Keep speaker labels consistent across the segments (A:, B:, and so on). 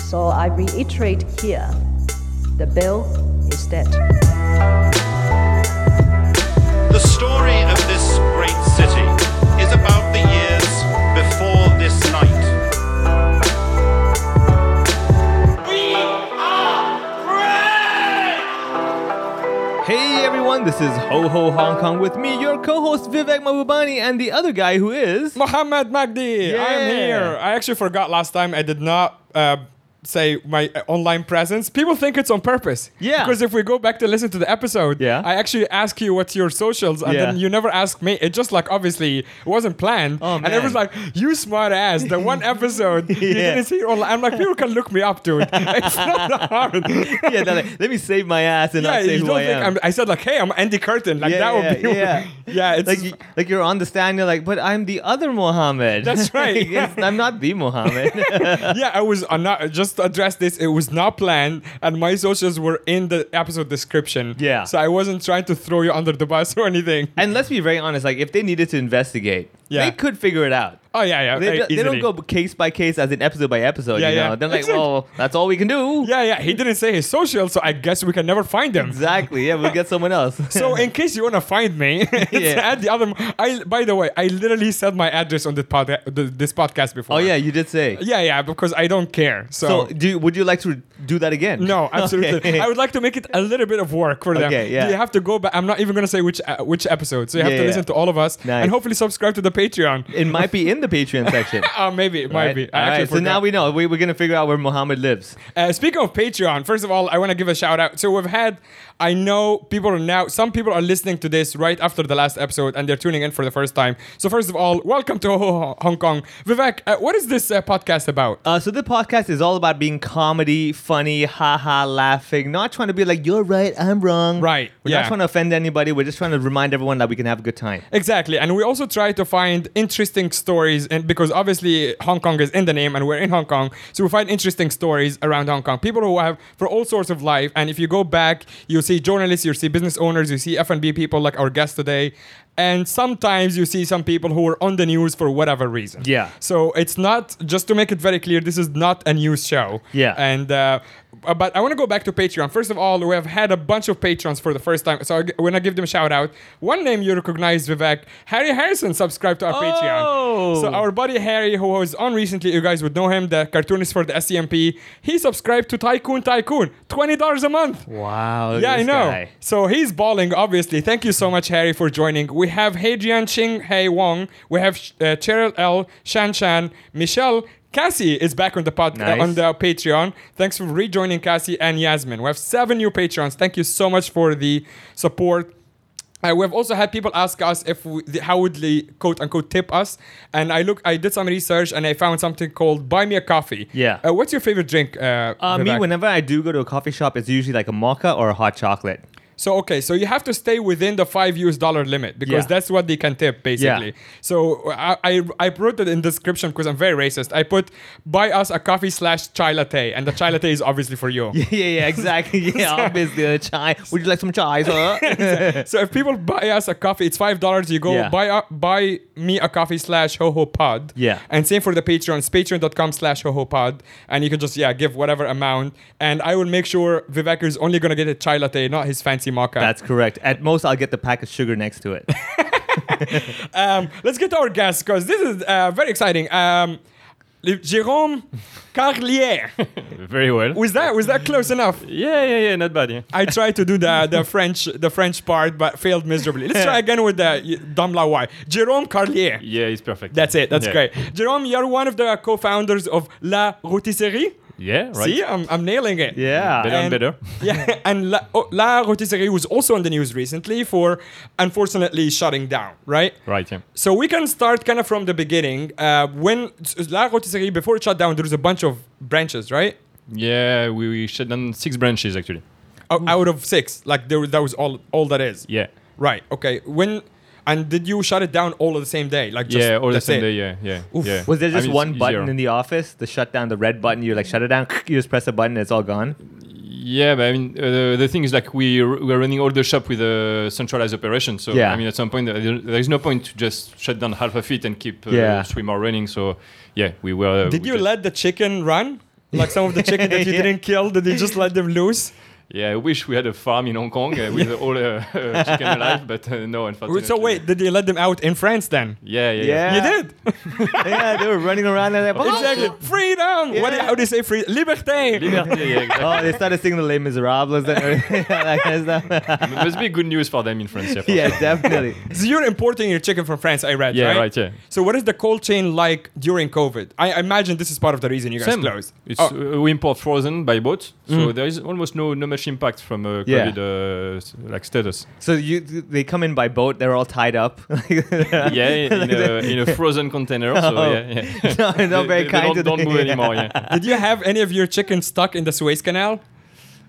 A: So I reiterate here the bill is dead.
B: The story of this great city is about the years before this night.
C: Hey everyone, this is Ho Ho Hong Kong with me, your co-host Vivek Mabubani, and the other guy who is
D: Mohammed Magdi, I am
C: Yeah.
D: here. I actually forgot last time. I did not uh, say my uh, online presence. People think it's on purpose.
C: Yeah.
D: Because if we go back to listen to the episode,
C: Yeah.
D: I actually ask you what's your socials, and
C: Yeah.
D: then you never ask me. It just like obviously it wasn't planned.
C: Oh,
D: And it was
C: man.
D: like you smart ass. The one episode you
C: Yeah.
D: didn't see online. I'm like people can look me up, dude. It's not that hard.
C: yeah. they're Like, Let me save my ass and
D: Yeah,
C: not say
D: you
C: who
D: don't
C: I
D: think
C: am.
D: I'm, I said like, hey, I'm Andy Curtin. Like
C: yeah,
D: that would
C: yeah,
D: be
C: yeah.
D: yeah. It's
C: like, y- like you're on the stand, you're like, but I'm the other Mohammed.
D: That's right.
C: It's- I'm not the Mohammed.
D: yeah, I was uh, not just to address this. It was not planned, and my socials were in the episode description.
C: Yeah.
D: so I wasn't trying to throw you under the bus or anything.
C: and let's be very honest. Like, if they needed to investigate,
D: Yeah.
C: they could figure it out.
D: Oh yeah, yeah,
C: They,
D: eh,
C: do- they
D: easily.
C: don't go case by case as in episode by episode.
D: Yeah,
C: you know,
D: yeah.
C: they're like,
D: Exact-
C: well, that's all we can do.
D: Yeah, yeah. He didn't say his social, so I guess we can never find him.
C: Exactly. Yeah, we'll get someone else.
D: So in case you wanna find me, it's
C: Yeah.
D: at the other. I by the way, I literally said my address on the pod, the, this podcast before.
C: oh yeah, you did say.
D: yeah, yeah. Because I don't care.
C: So,
D: So,
C: do you, would you like to do that again?
D: no, absolutely.
C: Okay.
D: I would like to make it a little bit of work for them.
C: Okay, yeah.
D: You have to go back. I'm not even gonna say which uh, which episode. So you have
C: Yeah,
D: to
C: yeah.
D: listen to all of us
C: Nice.
D: and hopefully subscribe to the Patreon.
C: it might be in the Patreon section.
D: Uh, maybe it might be.
C: Right?
D: I
C: All
D: actually
C: right, so now
D: forgot.
C: we know. We, we're going to figure out where Muhammad lives.
D: Uh, speaking of Patreon, first of all, I want to give a shout out. So we've had, I know people are now, some people are listening to this right after the last episode and they're tuning in for the first time. So first of all, welcome to Ho- Ho- Hong Kong. Vivek, uh, what is this uh, podcast about?
C: Uh, so the podcast is all about being comedy, funny, haha, laughing, not trying to be like, you're right, I'm wrong.
D: Right,
C: We're
D: yeah.
C: not trying to offend anybody. We're just trying to remind everyone that we can have a good time.
D: Exactly, and we also try to find interesting stories, and because obviously Hong Kong is in the name, and we're in Hong Kong, so we find interesting stories around Hong Kong. People who have for all sorts of life, and if you go back, you see journalists, you see business owners, you see F and B people like our guest today, and sometimes you see some people who are on the news for whatever reason.
C: Yeah.
D: So it's not just to make it very clear, this is not a news show.
C: Yeah.
D: And uh, but I want to go back to Patreon. First of all, we have had a bunch of patrons for the first time, so I g- when I give them a shout out, one name you recognize, Vivek Harry Harrison, subscribed to our Patreon.
C: Oh.
D: So our buddy Harry, who was on recently, you guys would know him, the cartoonist for the SCMP. He subscribed to Tycoon Tycoon, twenty dollars a month.
C: Wow. look
D: Yeah,
C: at
D: I
C: this
D: know.
C: guy.
D: So he's balling, obviously. Thank you so much, Harry, for joining. We have Hadrian Ching Hei Wong. We have uh, Cheryl L. Shan Shan. Michelle Cassie is back on the pod,
C: Nice.
D: uh, on the Patreon. Thanks for rejoining, Cassie and Yasmin. We have seven new patrons. Thank you so much for the support. Uh, we've also had people ask us if we, the- how would they quote unquote tip us, and I look, I did some research and I found something called buy me a coffee.
C: Yeah.
D: Uh, what's your favorite drink? Uh,
C: Uh, me,
D: Vivek?
C: whenever I do go to a coffee shop, it's usually like a mocha or a hot chocolate.
D: So okay, so you have to stay within the five US dollar limit because
C: Yeah.
D: that's what they can tip basically. So I, I I wrote it in description because I'm very racist. I put buy us a coffee slash chai latte, and the chai latte is obviously for you.
C: yeah, yeah, exactly. Yeah, obviously. A chai. Would you like some chai, sir?
D: So if people buy us a coffee, it's five dollars. You go
C: Yeah.
D: buy a, buy me a coffee slash ho ho pod.
C: Yeah.
D: And same for the Patreons, patreon.com slash ho ho pod. And you can just yeah, give whatever amount. And I will make sure Vivek is only gonna get a chai latte, not his fancy mocha.
C: That's correct. At most, I'll get the pack of sugar next to it.
D: um, let's get to our guest because this is uh, very exciting. Um, Le- Jérôme Carlier.
E: Very well.
D: Was that was that close enough?
E: yeah, yeah, yeah, not bad. Yeah.
D: I tried to do the, the French the French part but failed miserably. Let's try again with the Dom La Y. Jérôme Carlier.
E: Yeah, it's perfect.
D: That's it. That's
E: Yeah.
D: great. Jérôme, you're one of the co-founders of La Rotisserie.
E: Yeah, right.
D: See, I'm, I'm nailing it.
C: Yeah.
E: Better
D: And-
E: and better.
D: Yeah, and La, oh, La Rotisserie was also on the news recently for unfortunately shutting down, right?
E: Right, yeah.
D: So we can start kind of from the beginning. Uh, when La Rotisserie, before it shut down, there was a bunch of branches, right?
E: Yeah, we, we shut down six branches actually.
D: O- out of six, like there, was- that was all all that is.
E: Mm. Yeah.
D: Right. Okay. When and did you shut it down all on the same day? Like just,
E: yeah, all the
D: that's
E: same
D: it?
E: day. Yeah, yeah.
D: Oof.
E: yeah.
C: Was there
E: I
C: just
E: mean, it's
C: one button
E: easier.
C: in the office to shut down the red button? You like shut it down, you just press a button, it's all gone.
E: Yeah, but I mean, uh, the, the thing is like we r- we're running all the shop with a centralized operation. So
C: Yeah.
E: I mean, at some point, uh, there, there's no point to just shut down half of it and keep uh,
C: Yeah.
E: three more running. So yeah, we were. Uh,
D: Did
E: we
D: you
E: just-
D: let the chicken run? Like some of the chicken that you
C: Yeah.
D: didn't kill, did you just let them loose?
E: Yeah, I wish we had a farm in Hong Kong uh, with all uh, uh, chicken alive, but uh, no, unfortunately.
D: So wait, did you let them out in France then?
E: Yeah,
C: Yeah.
E: yeah, yeah. Oh!
D: You did.
C: yeah, they were running around like that.
D: Exactly. Freedom. What do you,
C: Yeah.
D: how do you say free? Liberté.
E: Liberté, yeah, exactly.
C: Oh, they started singing the Les Miserables and everything, that kind of stuff.
E: M- Must be good news for them in France. Yeah, for
C: Yeah,
E: sure.
C: definitely.
D: So you're importing your chicken from France, I read.
E: Yeah,
D: right?
E: right, yeah.
D: So what is the cold chain like during COVID? I imagine this is part of the reason you guys
E: Same.
D: closed.
E: It's,
D: Oh, Mm.
E: uh, we import frozen by boat, so there is almost no no much impact from uh,
C: Yeah.
E: COVID uh, s- like status.
C: So you, they come in by boat. They're all tied up. no,
E: yeah, in a, in a frozen container. So
D: Oh.
E: yeah, yeah.
C: not very
E: They- they
C: kind. to
E: don't, don't
C: them.
E: move anymore. Yeah.
D: did you have any of your chicken stuck in the Suez Canal?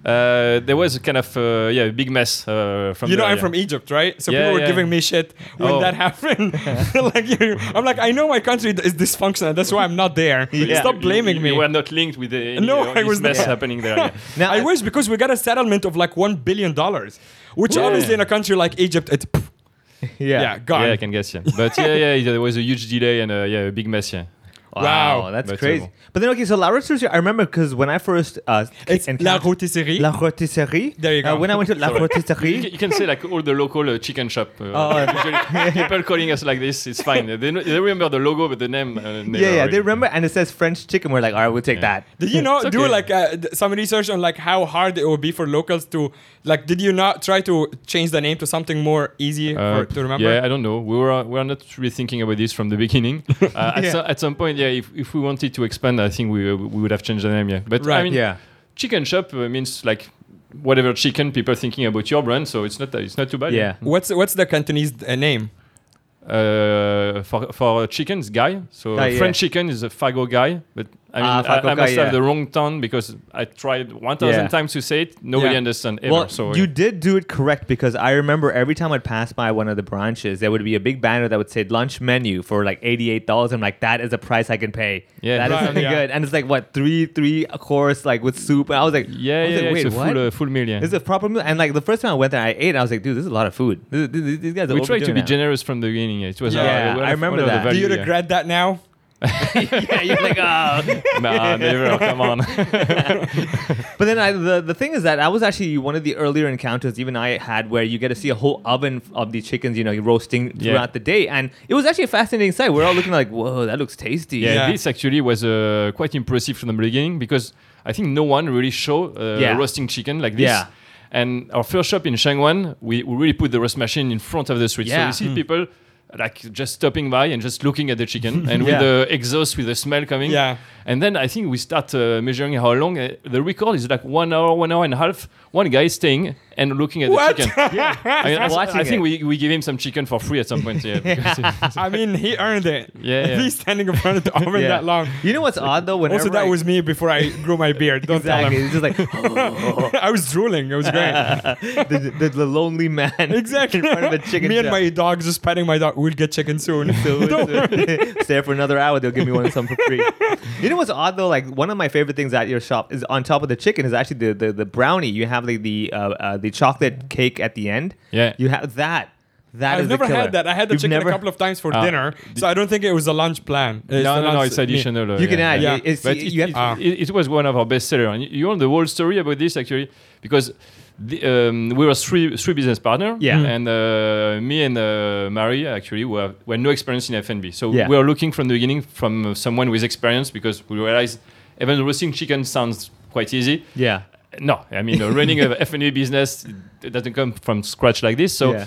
E: Uh, there was a kind of uh, yeah a big mess uh, from.
D: You know,
E: there,
D: I'm
E: yeah.
D: from Egypt, right? So
E: Yeah,
D: people were
E: yeah.
D: giving me shit when
E: Oh.
D: that happened. like, you, I'm like, I know my country is dysfunctional. That's why I'm not there.
C: Yeah.
D: Stop blaming
E: You-
D: me.
E: You were not linked with the, any,
D: No,
E: uh,
D: I
E: this
D: was
E: mess
D: not.
E: happening there. Yeah.
C: Now,
D: I wish because we got a settlement of like one billion dollars, which
E: Yeah.
D: obviously in a country like Egypt, it
C: Yeah.
D: yeah, gone.
E: Yeah, I can guess. Yeah, but yeah, yeah, there was a huge delay and uh, yeah, a big mess. Yeah.
C: Wow,
D: Wow,
C: that's
E: that's
C: crazy.
E: terrible.
C: But then okay, so La Rotisserie. I remember because when I first uh,
D: it's la
C: encountered-
D: rotisserie.
C: La Rotisserie.
D: There you
C: Uh,
D: go.
C: when I went to La
E: Sorry. You,
C: Rotisserie,
E: ca- you can say like all the local uh, chicken shop. Uh,
C: Oh,
E: usually people calling us like this, it's fine. They, know- they remember the logo, but the name. Uh, never
C: yeah, yeah,
E: really.
C: they remember, and it says French chicken. We're like, all right, we'll take that.
D: Did you know
E: It's
D: do
E: okay.
D: like uh, th- some research on like how hard it would be for locals to like? Did you not try to change the name to something more easy
E: Uh,
D: for, to remember?
E: Yeah, I don't know. We were uh, we were not really thinking about this from the beginning. Uh, at,
C: Yeah.
E: so, at some point, yeah, if, if we wanted to expand, I think we uh, we would have changed the name. Yeah, but I
D: Right,
E: mean,
C: yeah.
E: chicken shop uh, means like whatever chicken people thinking about your brand, so it's not it's not too bad.
C: Yeah.
D: What's what's the Cantonese uh, name?
E: Uh, for for chickens, guy. So
C: Ah, yeah.
E: French chicken is a fagot guy, but I mean,
C: Ah,
E: I,
C: fagot
E: I must
C: guy,
E: have
C: yeah.
E: the wrong tone because I tried one thousand
C: Yeah.
E: times to say it. Nobody
D: Yeah.
E: understand ever.
C: Well,
E: so
C: you
E: yeah.
C: did do it correct because I remember every time I'd pass by one of the branches, there would be a big banner that would say lunch menu for like eighty-eight dollars. I'm like, that is a price I can pay.
E: Yeah.
C: that is
D: Right,
C: something
D: yeah.
C: good. And it's like what three, three a course like with soup. And I was like, I
E: yeah,
C: was
E: yeah,
C: like,
E: yeah,
C: wait,
E: it's a
C: what?
E: full uh, full meal. Yeah.
C: This is a proper meal. And like the first time I went there, I ate. I was like, dude, this is a lot of food. This, this, these guys are
E: we tried to
C: overdoing
E: be
C: that.
E: generous from the beginning. It was
D: Yeah,
E: our- one
C: I
E: of-
C: remember
E: one of the
C: that.
D: Do
C: Do
D: you
E: value, yeah.
D: regret that now?
C: yeah, you're like, oh.
E: nah, never. Come on.
C: But then I, the the thing is that I was actually one of the earlier encounters even I had where you get to see a whole oven of these chickens, you know, roasting
E: Yeah.
C: throughout the day, and it was actually a fascinating sight. We're all looking like, whoa, that looks tasty.
E: Yeah,
D: Yeah.
E: this actually was uh, quite impressive from the beginning because I think no one really showed uh,
C: Yeah.
E: roasting chicken like this.
C: Yeah.
E: And our first shop in Shangwan, we, we really put the roast machine in front of the street.
C: Yeah. Hmm.
E: So you see people like just stopping by and just looking at the chicken and
C: Yeah.
E: with the exhaust, with the smell coming.
D: Yeah.
E: And then I think we start uh, measuring how long. Uh, the record is like one hour, one hour and a half. One guy is staying and looking at
D: What?
E: the chicken.
C: Yeah.
E: I, mean, I-
C: Watching
E: I think
C: it.
E: we, we gave him some chicken for free at some point. Yeah. because-
D: I mean, he earned it.
E: Yeah, yeah.
D: He's standing in front of the oven
C: Yeah.
D: that long.
C: You know what's odd though? Whenever
D: Also, that
C: I-
D: was me before I grew my beard. Don't
C: exactly. It's just like
D: tell him. I was drooling. It was great.
C: the, the, the lonely man
D: Exactly.
C: in front of a chicken.
D: me and
C: shop.
D: my dog just petting my dog. We'll get chicken soon.
C: So it's- stay for another hour. They'll give me one some for free. You know what's odd though? Like one of my favorite things at your shop is on top of the chicken is actually the the, the brownie. You have like the uh, uh, the chocolate cake at the end.
E: Yeah.
C: you have that. That
D: I've
C: is the
D: never
C: killer.
D: had that. I had the
C: You've
D: chicken
C: never-
D: a couple of times for
E: Ah.
D: dinner, so I don't think it was a lunch plan.
E: no,
D: a
E: no, no,
D: lunch
E: it's
D: meal.
E: additional. uh,
C: You can
E: yeah,
C: add.
D: yeah.
C: it- it's-
E: But
C: you have-
E: it, it-
D: Ah.
E: it- it was one of our best sellers. And you want the whole story about this actually, because the, um, we were three three business partners.
C: Yeah. Mm.
E: And uh, me and uh, Marie actually were we had no experience in F&B, so
C: Yeah.
E: we were looking from the beginning from uh, someone with experience because we realized even roasting chicken sounds quite easy.
C: yeah,
E: No, I mean uh, running a F&B business it doesn't come from scratch like this. So.
C: Yeah.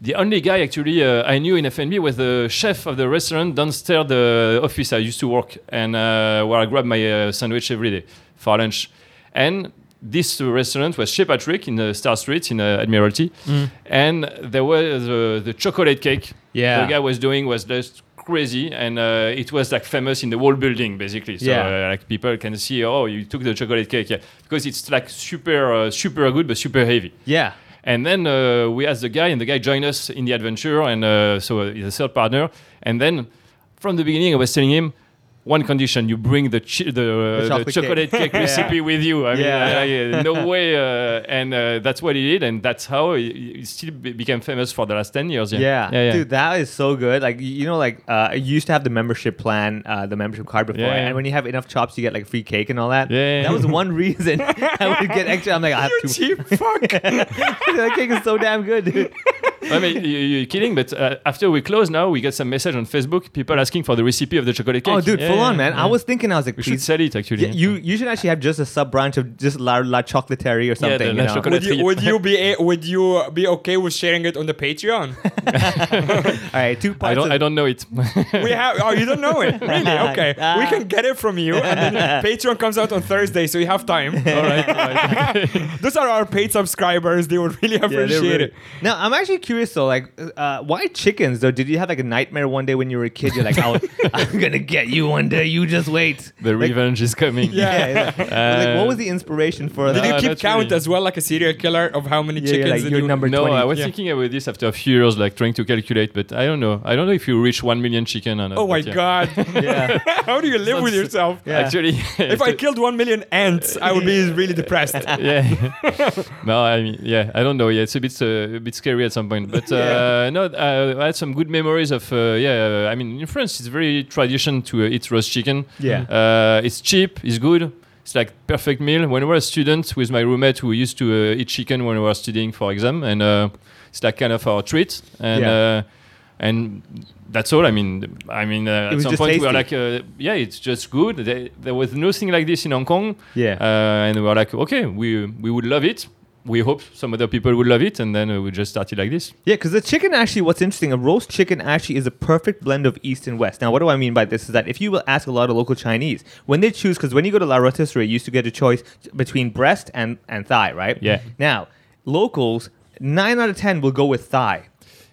E: The only guy actually uh, I knew in FNB was the chef of the restaurant downstairs the office I used to work and uh, where I grabbed my uh, sandwich every day for lunch. And this uh, restaurant was Chez Patrick in uh, Star Street in uh, Admiralty,
C: Mm.
E: and there was uh, the chocolate cake.
C: Yeah.
E: the guy was doing was just crazy, and uh, it was like famous in the whole building basically. So
C: Yeah.
E: uh, like people can see, oh, you took the chocolate cake, yeah, because it's like super, uh, super good but super heavy.
C: yeah.
E: And then uh, we asked the guy, and the guy joined us in the adventure, and uh, so uh, he's a third partner. And then from the beginning, I was telling him, one condition: you bring the chi- the, uh, the
C: chocolate
E: chocolate,
C: cake.
E: cake recipe with you. I mean,
C: Yeah.
E: uh, yeah, no way. Uh, and uh, that's what he did, and that's how he, he still be- became famous for the last ten years. Yeah,
C: Yeah. dude, that is so good. Like y- you know, like uh, you used to have the membership plan, uh, the membership card before,
E: Yeah, yeah.
C: and when you have enough chops, you get like free cake and all that.
E: Yeah, yeah,
C: that
E: yeah.
C: was one reason I would get extra. I'm like, "Ah, I have
D: You
C: two.
D: cheap fuck.
C: that cake is so damn good, dude.
E: I mean, you, you're kidding, but uh, after we close now, we get some message on Facebook, people asking for the recipe of the chocolate cake.
C: Oh, dude,
E: Yeah,
C: full
E: yeah,
C: on, man.
E: yeah.
C: I was thinking, I was like,
E: We should
C: please.
E: sell it actually.
C: Yeah, you you should actually have just a sub branch of just la la chocolaterie or
E: Yeah,
C: something.
E: the
C: you
E: La
C: know?
E: Chocolat-
D: would you would you be a, would you be okay with sharing it on the Patreon?
C: All right, two parts.
E: I don't.
C: of-
E: I don't know it.
D: We have. Oh, you don't know it. Really? Okay. We can
C: Ah.
D: get it from you, and then Patreon comes out on Thursday, so you have time. All right. Those are our paid subscribers. They would really
C: Yeah, they're
D: appreciate
C: really-
D: it.
C: Now I'm actually curious though, like, uh, why chickens though? Did you have like a nightmare one day when you were a kid? You're like, I'll, I'm gonna get you one day. You just wait.
E: the
C: Like,
E: revenge is coming.
D: Yeah.
C: yeah. yeah. like, what was the inspiration for
D: Did
C: that?
E: Uh,
D: you keep
E: that's
D: count
E: really-
D: as well, like a serial killer, of how many
C: Yeah, yeah,
D: chickens?
C: like
D: did
C: your
D: you-
C: number
E: No,
C: 20.
E: I was
D: yeah.
E: thinking about this after a few years, like trying to calculate, but I don't know. I don't know if you reach one million chicken or not.
D: Oh my
E: but yeah.
D: god!
C: yeah.
D: how do you live with yourself?
C: Yeah.
E: Actually,
D: If I killed one million ants, I would be really depressed.
E: yeah. no, I mean, yeah, I don't know. Yeah, it's a bit, uh, a bit scary at some point. But uh, no, uh, I had some good memories of. Uh, yeah, uh, I mean, in France, it's very tradition to uh, eat roast chicken.
C: Yeah.
E: uh, it's cheap, it's good. It's like perfect meal. When we were a student with my roommate, we used to uh, eat chicken when we were studying for exam, and uh, it's like kind of our treat. And
C: Yeah.
E: uh, and that's all. I mean, I mean, uh,
C: It
E: at
C: was
E: some
C: just
E: point we were like,
C: tasty.
E: uh, yeah, it's just good. There, there was nothing like this in Hong Kong.
C: Yeah.
E: Uh, and we were like, okay, we we would love it. We hope some other people would love it, and then uh, we just started like this.
C: Yeah, because the chicken actually, what's interesting, a roast chicken actually is a perfect blend of East and West. Now, what do I mean by this? Is that if you will ask a lot of local Chinese, when they choose, because when you go to La Rotisserie, you used to get a choice between breast and, and thigh, right?
E: Yeah.
C: Now, locals, 9 out of 10 will go with thigh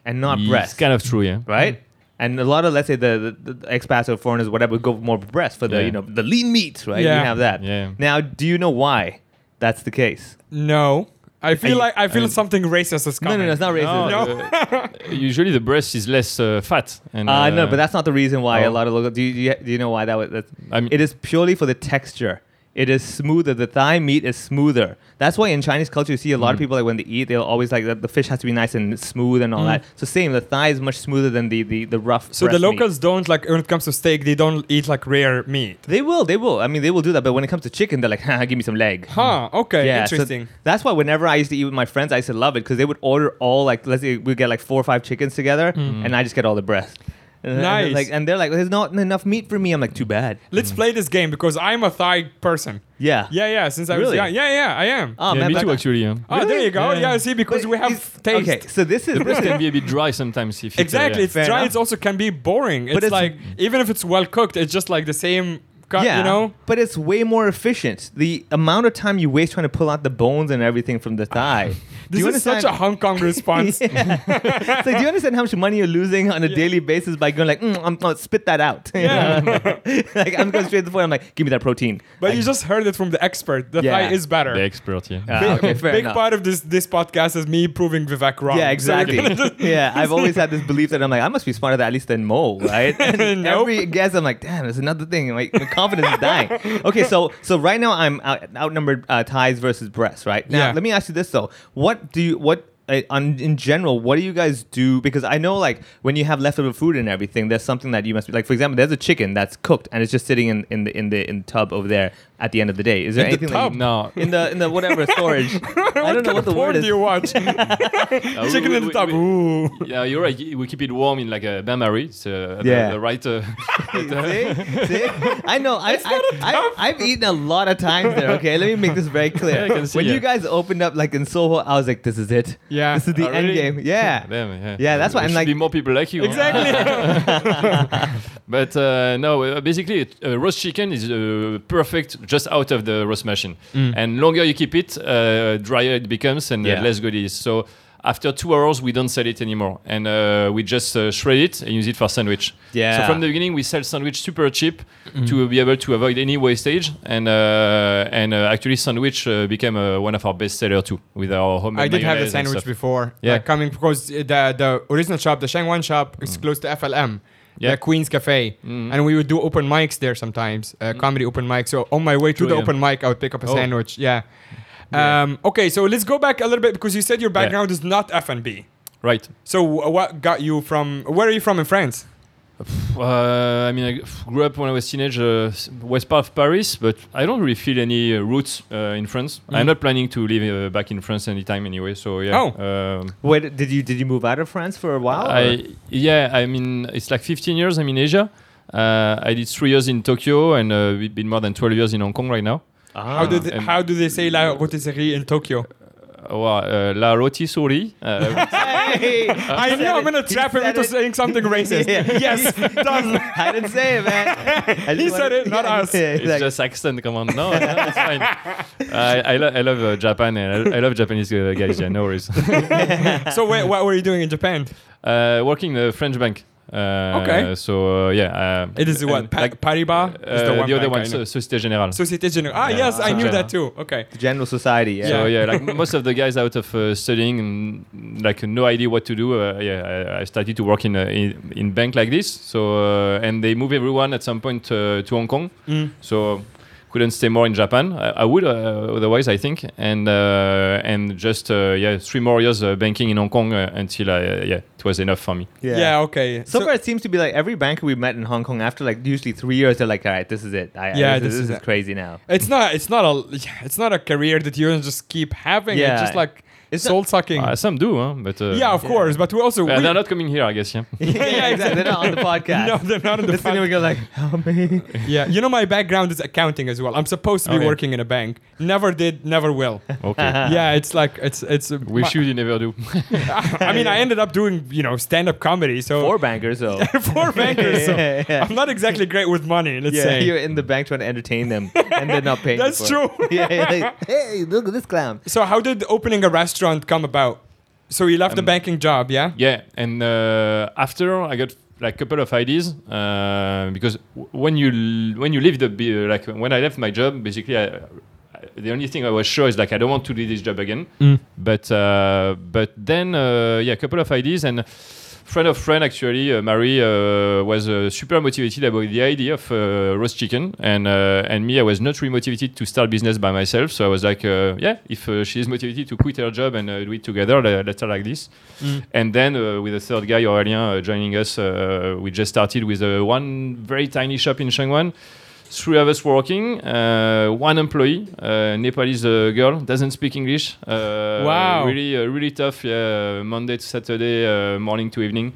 C: and not
E: It's
C: breast,
E: kind of true, yeah.
C: right? And a lot of, let's say, the, the, the expats or foreigners, whatever, would go more breast for the,
E: Yeah.
C: you know, the lean meat, right?
D: Yeah.
C: You have that.
E: Yeah.
C: Now, do you know why that's the case?
D: No, I feel
C: you-
D: like I feel something racist is
C: No,
D: coming.
C: no, no, it's not racist.
E: uh, usually the breast is less uh, fat. And,
C: Uh, no, but that's not the reason why a
E: oh.
C: lot of local. Do you, do you, do you know why that was? That's,
E: I mean-
C: it is purely for the texture. It is smoother. The thigh meat is smoother. That's why in Chinese culture you see a lot of people like when they eat, they'll always like the, the fish has to be nice and smooth and all that. So same, the thigh is much smoother than the the, the rough.
D: So the
C: breast meat.
D: locals don't like when it comes to steak. They don't eat like rare meat.
C: They will, they will. I mean, they will do that. But when it comes to chicken, they're like, Haha, give me some leg.
D: Huh? Okay.
C: Mm. so
D: interesting.
C: that's why whenever I used to eat with my friends, I used to love it because they would order all like let's say we get like four or five chickens together, and I just get all the breast. And- and
D: Mm. Nice.
C: like, and they're like, "There's not enough meat for me." I'm like, "Too bad."
D: Let's play this game because I'm a Thai person.
C: Yeah.
D: Yeah, yeah. Since I was
C: Really?
D: young. Yeah, yeah. I am.
C: Oh,
E: yeah,
C: man,
E: me
C: but-
E: too, actually. Yeah.
D: oh, there you go.
E: Yeah.
D: Yeah, see, because
C: but
D: we have
C: it's-
D: taste.
C: Okay, so this is
E: the breast can be a bit dry sometimes. If
D: Exactly. It's
E: It's, uh,
C: Fair
D: dry.
C: enough.
D: It's also can be boring. It's,
C: it's-
D: like even if it's well cooked, it's just like the same. Cut,
C: yeah,
D: You know.
C: but it's way more efficient. The amount of time you waste trying to pull out the bones and everything from the thigh. do
D: This is
C: you understand?
D: such a Hong Kong response.
C: Yeah. It's like, do you understand how much money you're losing on a daily basis by going like, mm, I'm gonna spit that out?
D: Yeah.
C: like I'm going straight to the point. I'm like, give me that protein.
D: But
C: Like,
D: you just heard it from the expert. The
C: Yeah.
D: Thai is better.
E: the expert, yeah.
C: ah, okay, fair
D: Big
C: enough.
D: part of this this podcast is me proving Vivek wrong.
C: yeah, exactly. yeah, I've always had this belief that I'm like, I must be smarter than at least than Mo, right? And
D: Nope.
C: Every guess, I'm like, damn, there's another thing. Like, my confidence is dying. Okay, so so right now I'm out, outnumbered uh, ties versus breasts, right? Now,
D: Yeah.
C: let me ask you this though: What do you what? Uh, on, in general, what do you guys do? Because I know, like, when you have leftover food and everything, there's something that you must be like. For example, there's a chicken that's cooked and it's just sitting in, in the in the in the tub over there. At the end of the day, is there
D: In the
C: anything that you-
E: uh, No.
C: in the in the whatever storage? I don't know what the
D: Porn
C: word is.
D: do you watch?
E: Uh, we-
D: Chicken
E: we-
D: in the
E: we-
D: tub.
E: we-
D: Ooh.
E: Yeah, you're right. We keep it warm in like a bain marie. It's uh, the-
C: Yeah.
E: the, right. Uh,
C: See? See? I know. I, I, I, I've eaten a lot of times there, okay? Let me make this very clear.
E: I can see
C: when you
E: it.
C: guys opened up, like in Soho, I was like, this is it.
D: Yeah.
C: This is the
E: Oh,
C: end
E: really?
C: game. Yeah.
E: damn, yeah.
C: Yeah, that's why
E: There
C: I'm
E: should
C: like-
E: Be more people like you. huh?
D: Exactly.
E: But uh, no, uh, basically, it- uh, roast chicken is uh, perfect just out of the roast machine. And longer you keep it, uh, drier it becomes, and
C: Mm. Yeah.
E: uh, less good it is. So after two hours, we don't sell it anymore, and uh, we just uh, shred it and use it for sandwich.
C: Yeah. Mm.
E: So from the beginning, we sell sandwich super cheap to be able to avoid any wastage, and uh, and uh, actually, sandwich uh, became uh, one of our best seller too with our homemade.
D: I did have a
E: mayonnaise and
D: sandwich
E: stuff.
D: before. uh,
E: Yeah.
D: Like coming because the the original shop, the Shangwan shop, is close to FLM.
E: Mm. Yeah. Mm.
D: the Queen's Cafe, and we would do open mics there sometimes, uh, comedy open mic. So on my way to
E: True,
D: the
E: yeah.
D: open mic, I would
E: Oh.
D: pick up a sandwich. Yeah. Um, okay, so let's go back a little bit because you said your background is not F and B.
E: Right.
D: So wh- what got you from? Where are you from in France?
E: Uh, I mean, I g- grew up when I was teenage, uh, s- west part of Paris, but I don't really feel any uh, roots uh, in France.
C: Mm-hmm.
E: I'm not planning to live uh, back in France anytime anyway. So yeah.
D: Oh.
E: Um,
C: Wait, did you did you move out of France for a while? or-
E: I yeah, I mean it's like 15 years I'm in Asia. Uh, I did three years in Tokyo and uh, we've been more than 12 years in Hong Kong right now.
C: Ah.
D: How did
E: and-
D: how do they say la rotisserie in Tokyo?
E: Uh, well, uh, La Rotisserie. Uh,
C: Hey,
D: I
C: he
D: knew
C: said
D: I'm gonna
C: it. He
D: trap him
C: said
D: into
C: it.
D: saying something racist.
C: Yeah.
D: Yes, done.
C: I didn't say it, man. I
D: He
C: just
D: said
C: wanted-
D: it, not
C: Yeah,
D: us.
C: yeah,
E: it's
C: exactly.
E: just accent, come on. No, no it's fine. I, I, lo- I love uh, Japan and I, I love Japanese uh, guys, yeah, no worries.
D: So wait, what were you doing in Japan?
E: Uh, working the French bank. Uh,
D: Okay.
E: So uh, yeah. Um,
D: It is the one
E: and
D: pa-
E: like,
D: Paribas.
E: uh,
D: is the, one
E: other
D: bank I
E: one,
D: know.
E: so- Société Générale. So,
D: Societe Generale. Ah, yes, I knew
E: Societe
D: that too. Okay.
C: General society. Yeah.
D: Yeah.
E: yeah, like most of the guys out of uh, studying and like no idea what to do. Uh, yeah, I, I started to work in, uh, in in bank like this. So uh, and they move everyone at some point uh, to Hong Kong.
D: Mm.
E: So couldn't stay more in Japan. I, I would uh, otherwise, I think. And uh, and just uh, yeah, three more years uh, banking in Hong Kong uh, until I, yeah, it was enough for me.
D: Yeah. okay.
C: So,
D: So-
C: far, it seems to be like every banker we met in Hong Kong after like usually three years, they're like, "All right, this is it. I,
D: Yeah,
C: yeah, this,
D: this
C: is,
D: is
C: this
D: it.
C: is crazy now."
D: it's not. It's not a. It's not a career that you just keep having.
C: Yeah.
D: It's just like
C: It's not-
D: soul sucking.
E: Uh, some do, huh? but uh,
D: yeah, of course. But we also.
E: Yeah,
D: we-
E: they're not coming here, I guess. Yeah.
C: yeah, exactly. They're not on the podcast.
D: No, they're not in the
C: That's when
D: fun.
C: we go like, "Help me."
D: Yeah, you know my background is accounting as well. I'm supposed to be
E: Okay.
D: working in a bank. Never did, never will.
E: Okay.
D: yeah, it's like it's it's.
E: We
D: my-
E: should you never do.
D: I mean, I ended up doing you know stand up comedy. So
C: Four bankers, though.
D: four bankers. So
C: Yeah, yeah.
D: I'm not exactly great with money. Let's
C: Yeah,
D: say.
C: you're in the bank trying to entertain them, and they're not paying. you
D: That's
C: for it.
D: true.
C: yeah, you're like, hey, look at this clown.
D: So how did opening a restaurant come about? So you left
C: Um,
D: the banking job, yeah?
E: yeah, and uh, after I got like a couple of ideas uh, because w- when you l- when you leave the b- like when I left my job, basically I, I- the only thing I was sure is like I don't want to do this job again. But uh, but then uh, yeah, a couple of ideas and. Friend of friend, actually, uh, Marie uh, was uh, super motivated about the idea of uh, roast chicken, and uh, and me, I was not really motivated to start business by myself. So I was like, uh, yeah, if uh, she is motivated to quit her job and uh, do it together, let, let's start like this. And then uh, with a third guy, Aurelien, uh, joining us, uh, we just started with uh, one very tiny shop in Shangwan. Three of us working, uh, one employee, uh, Nepalese uh, girl, doesn't speak English. Uh,
D: Wow.
E: Really, uh, really tough. Yeah, Monday to Saturday, uh, morning to evening.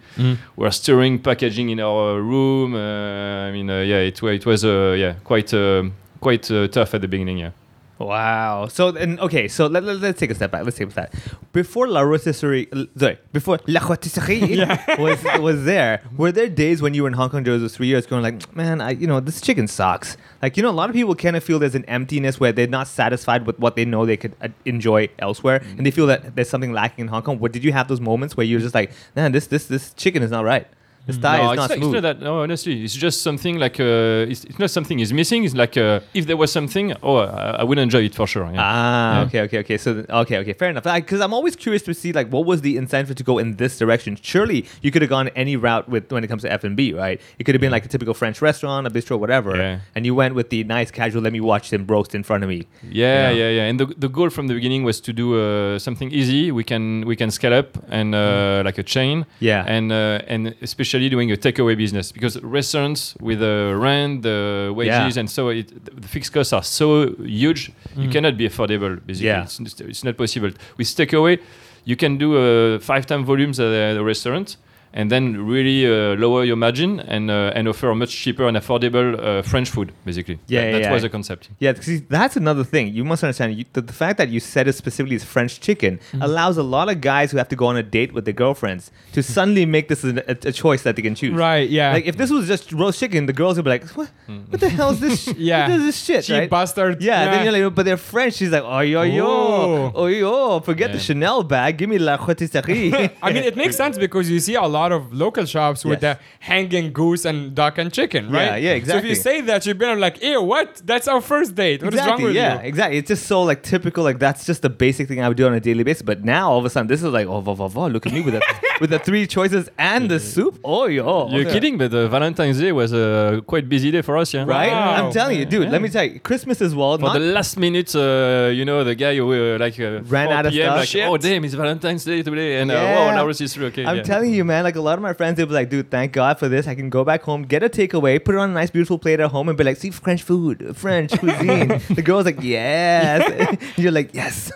E: We're storing packaging in our room. Uh, I mean, uh, yeah, it, wa- it was uh, yeah quite um quite uh, tough at the beginning. Yeah.
C: Wow. So then, okay. So let, let, us take a step back. Let's take a step. back. Before La Rotisserie, l- sorry, before La Rotisserie was was there, were there days when you were in Hong Kong during those three years, going like, man, I, you know, this chicken sucks. Like, you know, a lot of people kind of feel there's an emptiness where they're not satisfied with what they know they could uh, enjoy elsewhere, and they feel that there's something lacking in Hong Kong. What did you have those moments where you're just like, man, this this this chicken is not right. This thigh
E: no,
C: is
E: it's
C: not
E: not, it's
C: smooth.
E: not that. No, honestly, it's just something like uh, it's, it's not something is missing. It's like uh, if there was something, oh, I, I would enjoy it for sure. Yeah.
C: Ah, okay, okay, okay. So, th- okay, okay, fair enough. Because I'm always curious to see like what was the incentive to go in this direction. Surely you could have gone any route with when it comes to F and B, right? It could have been like a typical French restaurant, a bistro, whatever.
E: Yeah.
C: And you went with the nice casual. Let me watch them roast in front of me.
E: yeah,
C: You know?
E: yeah, yeah. And the, the goal from the beginning was to do uh, something easy. We can we can scale up and uh, like a chain.
C: Mm. Yeah.
E: And uh, and especially doing a takeaway business because restaurants with the rent, the wages, and so it, the fixed costs are so huge. You cannot be affordable. Basically,
C: Mm. Yeah.
E: it's, it's- it's not possible. With takeaway, you can do uh, five time volumes at the restaurant. And then really uh, lower your margin and uh, and offer a much cheaper and affordable uh, French food, basically.
C: Yeah,
E: that,
C: yeah,
E: that
C: yeah.
E: was the concept.
C: Yeah, 'cause see, that's another thing. You must understand you, the, the fact that you said it specifically is French chicken
E: Mm-hmm.
C: allows a lot of guys who have to go on a date with their girlfriends to
E: Mm-hmm.
C: suddenly make this an, a, a choice that they can choose.
D: Right, yeah. Mm.
C: Like if this was just roast chicken, the girls would be like, "What? What the hell is this? sh-
D: Yeah.
C: what is this shit?
D: Cheap
C: right?
D: bastard.
C: Yeah,
D: Yeah.
C: Then you're like, but they're French. She's like, oh yo yo,
D: Ooh.
C: oh yo, forget the
E: Yeah.
C: Chanel bag. Give me la rotisserie.
D: I mean, it makes sense because you see a lot lot of local shops with
C: Yes.
D: the hanging goose and duck and chicken,
C: Yeah,
D: right?
C: yeah,
D: So if you
C: exactly.
D: say that, you'd be like, ew, what? That's our first date. What is
C: exactly,
D: wrong with
C: yeah,
D: you?
C: exactly. It's just so like typical. Like that's just the basic thing I would do on a daily basis. But now all of a sudden, this is like oh, vo, vo, vo, look at me with the with the three choices and the soup. Oh yo,
E: You're kidding, but uh, Valentine's Day was a quite busy day for us, yeah.
C: right?
D: Wow.
C: I'm telling you, dude. Let me tell you, Christmas as well.
E: For
C: not-
E: the last minute, uh, you know, the guy who uh, like uh,
C: Ran
E: 4
C: out of
E: PM,
C: stuff.
E: Like,
C: Shit.
E: oh damn, it's Valentine's Day today, and uh,
C: Yeah.
E: wow, now it's history. Okay,
C: I'm
E: yeah.
C: telling you, man. Like a lot of my friends, they'll be like, "Dude, thank God for this. I can go back home, get a takeaway, put it on a nice, beautiful plate at home, and be like, see French food, French cuisine." the girl's like, "Yes." You're like, "Yes."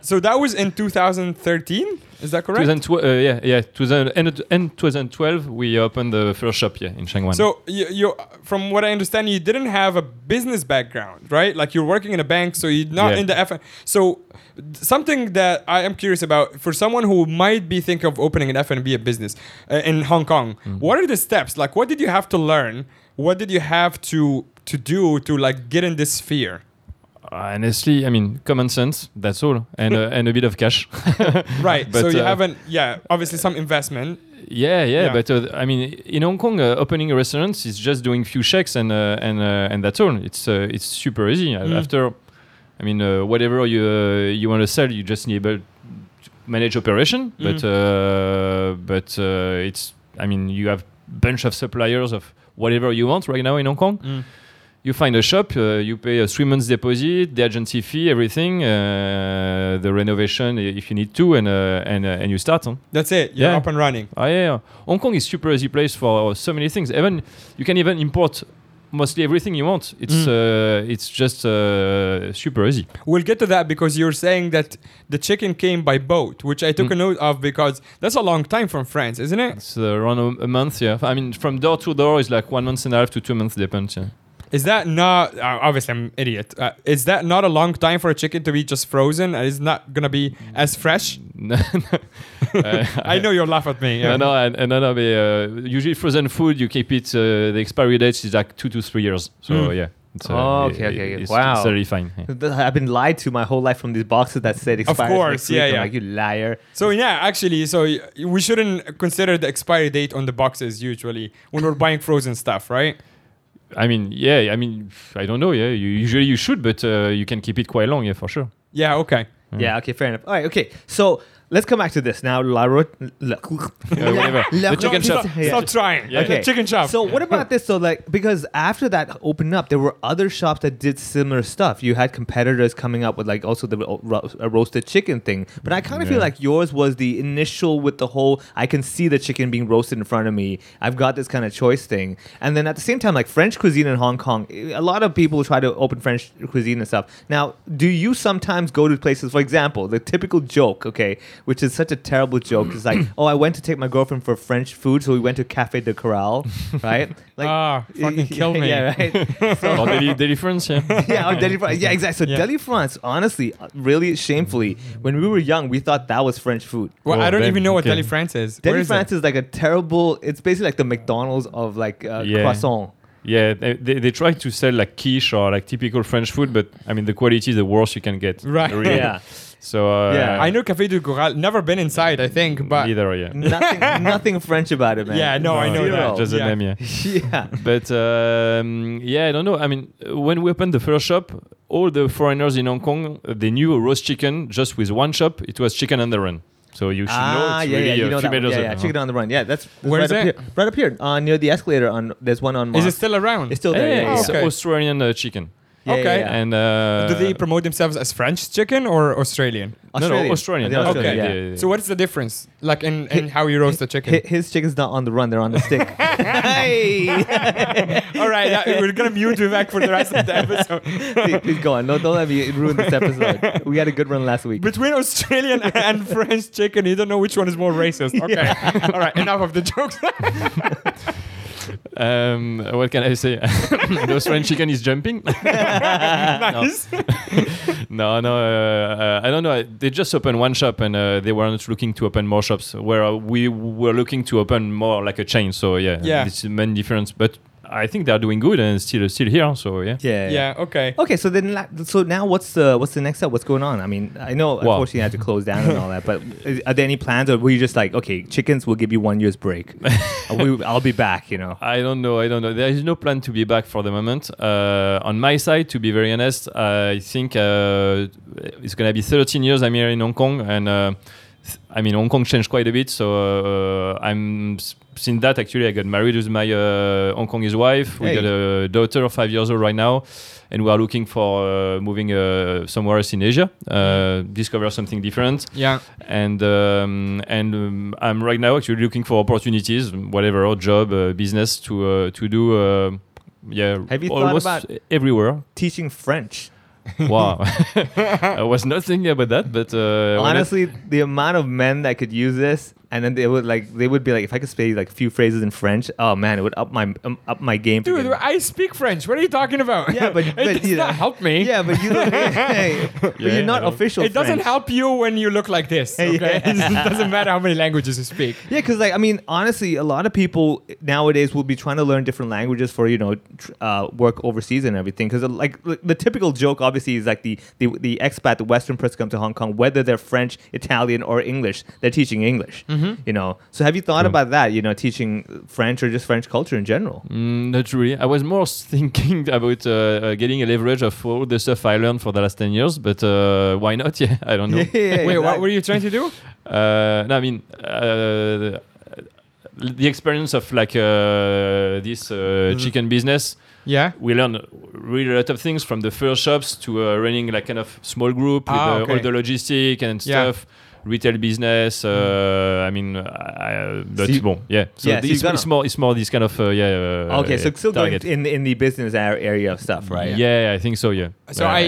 D: So that was in 2013. Is that correct?
E: 2012, uh, yeah, yeah, 2000, end, end 2012, we opened the first shop, yeah, in Shangwan.
D: So you, you, from what I understand, you didn't have a business background, right? Like you're working in a bank, so you're not
E: Yeah.
D: in the F. So d- something that I am curious about for someone who might be thinking of opening an F and B business uh, in Hong Kong,
E: Mm-hmm.
D: what are the steps? Like, what did you have to learn? What did you have to to do to like get in this sphere?
E: honestly, I mean, common sense, that's all, and uh, and a bit of cash.
D: Right.
E: But,
D: so you
E: uh,
D: haven't, yeah. Obviously, some investment.
E: Yeah, yeah,
D: Yeah.
E: but uh, I mean, in Hong Kong, uh, opening a restaurant is just doing few checks and uh, and uh, and that's all. It's uh, it's super easy. Uh, After, I mean, uh, whatever you uh, you want to sell, you just need to manage operation. But uh, but uh, it's I mean, you have bunch of suppliers of whatever you want right now in Hong Kong. You find a shop, uh, you pay a three months deposit, the agency fee, everything, uh, the renovation i- if you need to, and uh, and uh, and you start. Huh?
D: That's it. You're
E: Yeah.
D: up and running.
E: Ah, yeah, yeah. Hong Kong is super easy place for uh, so many things. Even you can even import mostly everything you want. It's
C: Mm.
E: uh, it's just uh, super easy.
D: We'll get to that because you're saying that the chicken came by boat, which I took a note of because that's a long time from France, isn't it?
E: It's uh, around a, a month. Yeah, I mean from door to door is like one month and a half to two months depends. Yeah.
D: Is that not uh, obviously I'm an idiot? Uh, is that not a long time for a chicken to be just frozen? and It's not gonna be as fresh.
E: No, no. Uh,
D: I know you'll laugh at me.
E: No,
D: yeah.
E: no, and, and no, no, but, uh, usually frozen food you keep it. Uh, the expiry date is like two to three years. So
D: Mm.
E: yeah. It's,
C: Oh,
E: it-
C: okay, okay,
E: it-
C: okay.
E: It's,
C: Wow.
E: It's totally fine. yeah.
C: I've been lied to my whole life from these boxes that said expires
D: course,
C: next week.
D: yeah,
C: I'm
D: yeah.
C: like you liar.
D: So yeah, actually, so y- we shouldn't consider the expiry date on the boxes usually when we're buying frozen stuff, right?
E: I mean, yeah. I mean, I don't know. Yeah, you, usually you should, but uh, you can keep it quite long. Yeah, for sure.
D: Yeah. Okay.
E: Mm.
C: Yeah, okay, fair enough. All right, okay. So let's come back to this now. La Roche, la,
E: Yeah, whatever.
C: La
E: The chicken
C: Roche-
E: shop.
D: Stop,
C: Yeah.
D: stop trying.
E: Yeah.
D: Okay. Chicken shop.
C: So what about this? So like because after that opened up, there were other shops that did similar stuff. You had competitors coming up with like also the ro- ro- a roasted chicken thing. But I kind of feel
E: Yeah.
C: like yours was the initial with the whole I can see the chicken being roasted in front of me. I've got this kind of choice thing. And then at the same time, like French cuisine in Hong Kong, i- a lot of people try to open French cuisine and stuff. Now, do you sometimes go to places? For example, the typical joke, okay, which is such a terrible joke, is like, oh, I went to take my girlfriend for French food, so we went to Cafe de Corral, right? Like,
D: Ah, fucking kill me.
C: Yeah, right.
E: or deli, deli France, yeah.
C: yeah, or Deli France. Yeah, exactly. So
D: Yeah.
C: Deli France, honestly, uh, really shamefully, when we were young, we thought that was French food.
D: well, I
E: Oh,
D: don't
E: then,
D: even know what
E: okay.
D: Deli France is. Where
C: Deli
D: is it?
C: France is like a terrible. It's basically like the McDonald's of like uh,
E: Yeah.
C: croissant.
E: Yeah, they, they, they try to sell like quiche or like typical French food, but I mean the quality is the worst you can get.
D: Right.
E: Really.
C: Yeah.
E: So uh,
C: Yeah.
D: I know Cafe du Corral. Never been inside, I think, but
E: either. Yeah.
C: nothing, nothing French about it, man.
D: yeah, no, I know
C: Zero.
D: that.
E: Just the
D: Yeah.
E: name, yeah.
C: yeah.
E: But um, yeah, I don't know. I mean, when we opened the first shop, all the foreigners in Hong Kong uh, they knew a roast chicken just with one shop. It was chicken on the run. So you should know.
C: Ah,
E: It's
C: yeah,
E: really
C: yeah, you
E: a
C: know
E: few
C: that. one.
E: meters
C: Yeah,
E: up.
C: yeah, chicken on the run. Yeah, that's, that's
D: Where
C: right
D: is
C: up
D: it?
C: here. Right up here, uh, near the escalator. On there's one on.
D: Is it
C: Mars.
D: still around?
C: It's still there.
E: Yeah,
C: yeah, yeah,
E: it's
D: okay.
E: Australian uh, chicken.
C: yeah. Yeah,
D: okay.
C: yeah, yeah.
E: And uh,
D: Do they promote themselves as French chicken or Australian?
E: No, no,
C: I
E: Australian.
C: think
E: no,
D: Australian,
E: yeah,
C: yeah.
E: yeah, yeah.
D: So what's the difference, like in, in how you roast the chicken?
C: Hi- His chicken's not on the run; they're on the stick. hey,
D: All right, yeah, we're gonna mute you back for the rest of the episode.
C: please, please go on. No, don't let me ruin this episode. We had a good run last week.
D: Between Australian and French chicken, you don't know which one is more racist. Okay, all right, enough of the jokes.
E: Um, what can I say? the Australian chicken is jumping.
D: nice.
E: no, no, uh, uh, I don't know. They just opened one shop and uh, they were not looking to open more shops. Where uh, we were looking to open more like a chain. So yeah,
D: Yeah.
E: this is main difference. But I think they're doing good and still still here. So yeah.
C: Yeah.
D: Yeah. Okay.
C: Okay, so then, la- so now what's the what's the next step? What's going on? I mean, I know
E: Wow.
C: unfortunately I had to close down and all that, but is, are there any plans, or were you just like, okay, chickens will give you one year's break, Uh, we, I'll be back, you know?
E: I don't know. I don't know. There is no plan to be back for the moment. Uh, on my side, to be very honest, I think uh, it's gonna be 13 years I'm here in Hong Kong, and uh, th- I mean Hong Kong changed quite a bit. So uh, I'm s- since that actually I got married with my uh, Hong Kongese wife. We
C: Hey.
E: got a daughter, five years old right now, and we are looking for uh, moving uh, somewhere else in Asia, uh, discover something different
D: Yeah.
E: and um, and um, I'm right now actually looking for opportunities, whatever, or job, uh, business to uh, to do. Uh, yeah,
C: Have you thought
E: almost
C: about-
E: everywhere.
C: Teaching French.
E: wow, I was not thinking about that, but uh, when I-
C: Honestly, the amount of men that could use this, and then they would like, they would be like, if I could say like a few phrases in French, oh man, it would up my um, up my game. for
D: Dude,
C: getting-
D: I speak French. What are you talking about?
C: yeah, but,
D: it
C: but
D: does
C: you know-
D: not help me.
C: Yeah, but you don't. hey, but
E: Yeah,
C: you're not
E: I know.
C: official.
D: It doesn't
C: French.
D: help you when you look like this. Okay. it doesn't matter how many languages you speak.
C: Yeah, because like I mean, honestly, a lot of people nowadays will be trying to learn different languages for you know tr- uh, work overseas and everything. Because like l- the typical joke, obviously, is like the, the the expat, the Western person comes to Hong Kong, whether they're French, Italian, or English, they're teaching English.
D: Mm-hmm.
C: You know, so have you thought about that? You know, teaching French or just French culture in general.
E: Mm, not really. I was more thinking about uh, uh, getting a leverage of all the stuff I learned for the last ten years, but uh, why not? Yeah, I don't know.
D: Wait, what were you trying to do?
E: Uh, no, I mean, uh, the experience of like uh, this uh,
C: Mm-hmm.
E: chicken business.
D: Yeah.
E: we learn really a lot of things from the first shops to uh, running like kind of small group with
D: Ah,
E: uh,
D: okay.
E: all the logistic and
D: Yeah. Mm.
E: stuff retail business uh, i mean I, uh, but
C: So you-
E: bon, yeah so
C: Yeah, so
E: this,
C: you're gonna- Ah,
E: it's more it's more this kind of uh, yeah uh,
C: Okay, so
E: uh,
C: still going
E: target.
C: in in the business ar- area of stuff, right?
E: yeah i think so yeah
D: So
E: Uh,
D: I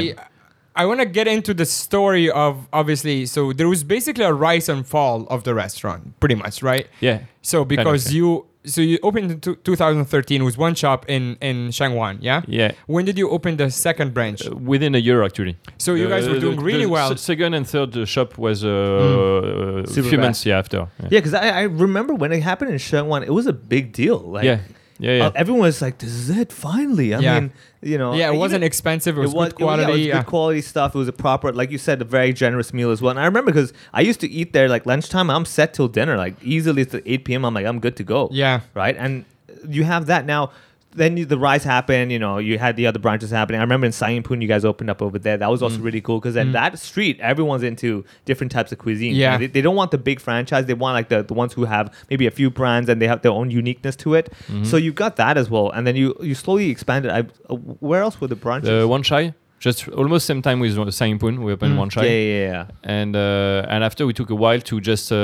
D: I want to get into the story of obviously. So there was basically a rise and fall of the restaurant, pretty much, right?
E: yeah
D: So because
E: yeah.
D: you so you opened in two- 2013 with one shop in in Shangwan, yeah.
E: yeah
D: When did you open the second branch?
E: Uh, within a year actually
D: So you guys were doing
E: the-
D: really
E: the
D: well. Mm.
E: se- second and third uh, shop was uh, uh,
C: Super
E: few
C: fast.
E: months yeah, after yeah
C: Yeah, because I, I remember when it happened in Shangwan, it was a big deal. Like,
E: yeah yeah, yeah.
C: Uh, everyone was like, "This is it, finally." I
D: Yeah.
C: mean, you know,
D: yeah, it
C: even-
D: wasn't expensive. It was, good
C: yeah,
D: quality.
C: it was
D: yeah.
C: good quality stuff. It was a proper, like you said, a very generous meal as well. And I remember because I used to eat there like lunchtime. I'm set till dinner, like easily it's at 8 p.m. I'm like, I'm good to go.
D: Yeah.
C: Right. And you have that now. Then you, the rise happened. You know, you had the other branches happening. I remember in Sayingpun, you guys opened up over there. That was
D: Mm.
C: also really cool because at that street, everyone's into different types of cuisine. You
D: Yeah.
C: know, they, they don't want the big franchise. They want like the, the ones who have maybe a few brands and they have their own uniqueness to it.
E: Mm-hmm.
C: So you got that as well. And then you you slowly expanded. I, uh, where else were the branches?
E: uh, one chai just almost same time with Sangipun, we opened
D: Mm.
E: one chai.
C: Yeah, yeah, yeah.
E: and uh, and after we took a while to just uh,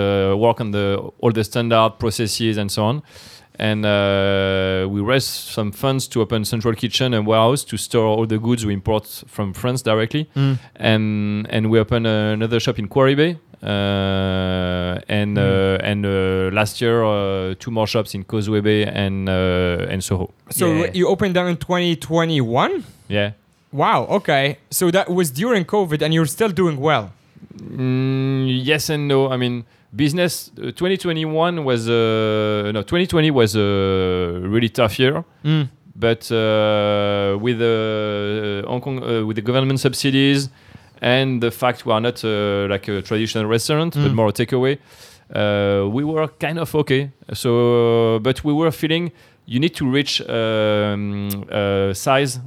E: work on the all the standard processes and so on and uh, we raised some funds to open central kitchen and warehouse to store all the goods we import from France directly and and we opened uh, another shop in Quarry Bay uh, and uh, and uh, last year uh, two more shops in Causeway Bay and uh, and Soho
D: so
C: Yeah.
D: you opened them in 2021.
E: yeah
D: Wow. Okay. So that was during COVID, and you're still doing well.
E: Mm, yes and no. I mean, business uh, 2021 was uh, no 2020 was a really tough year,
D: Mm.
E: but uh, with the uh, Hong Kong uh, with the government subsidies and the fact we are not uh, like a traditional restaurant
D: Mm.
E: but more a takeaway, uh, we were kind of okay. So, uh, but we were feeling you need to reach um, uh, size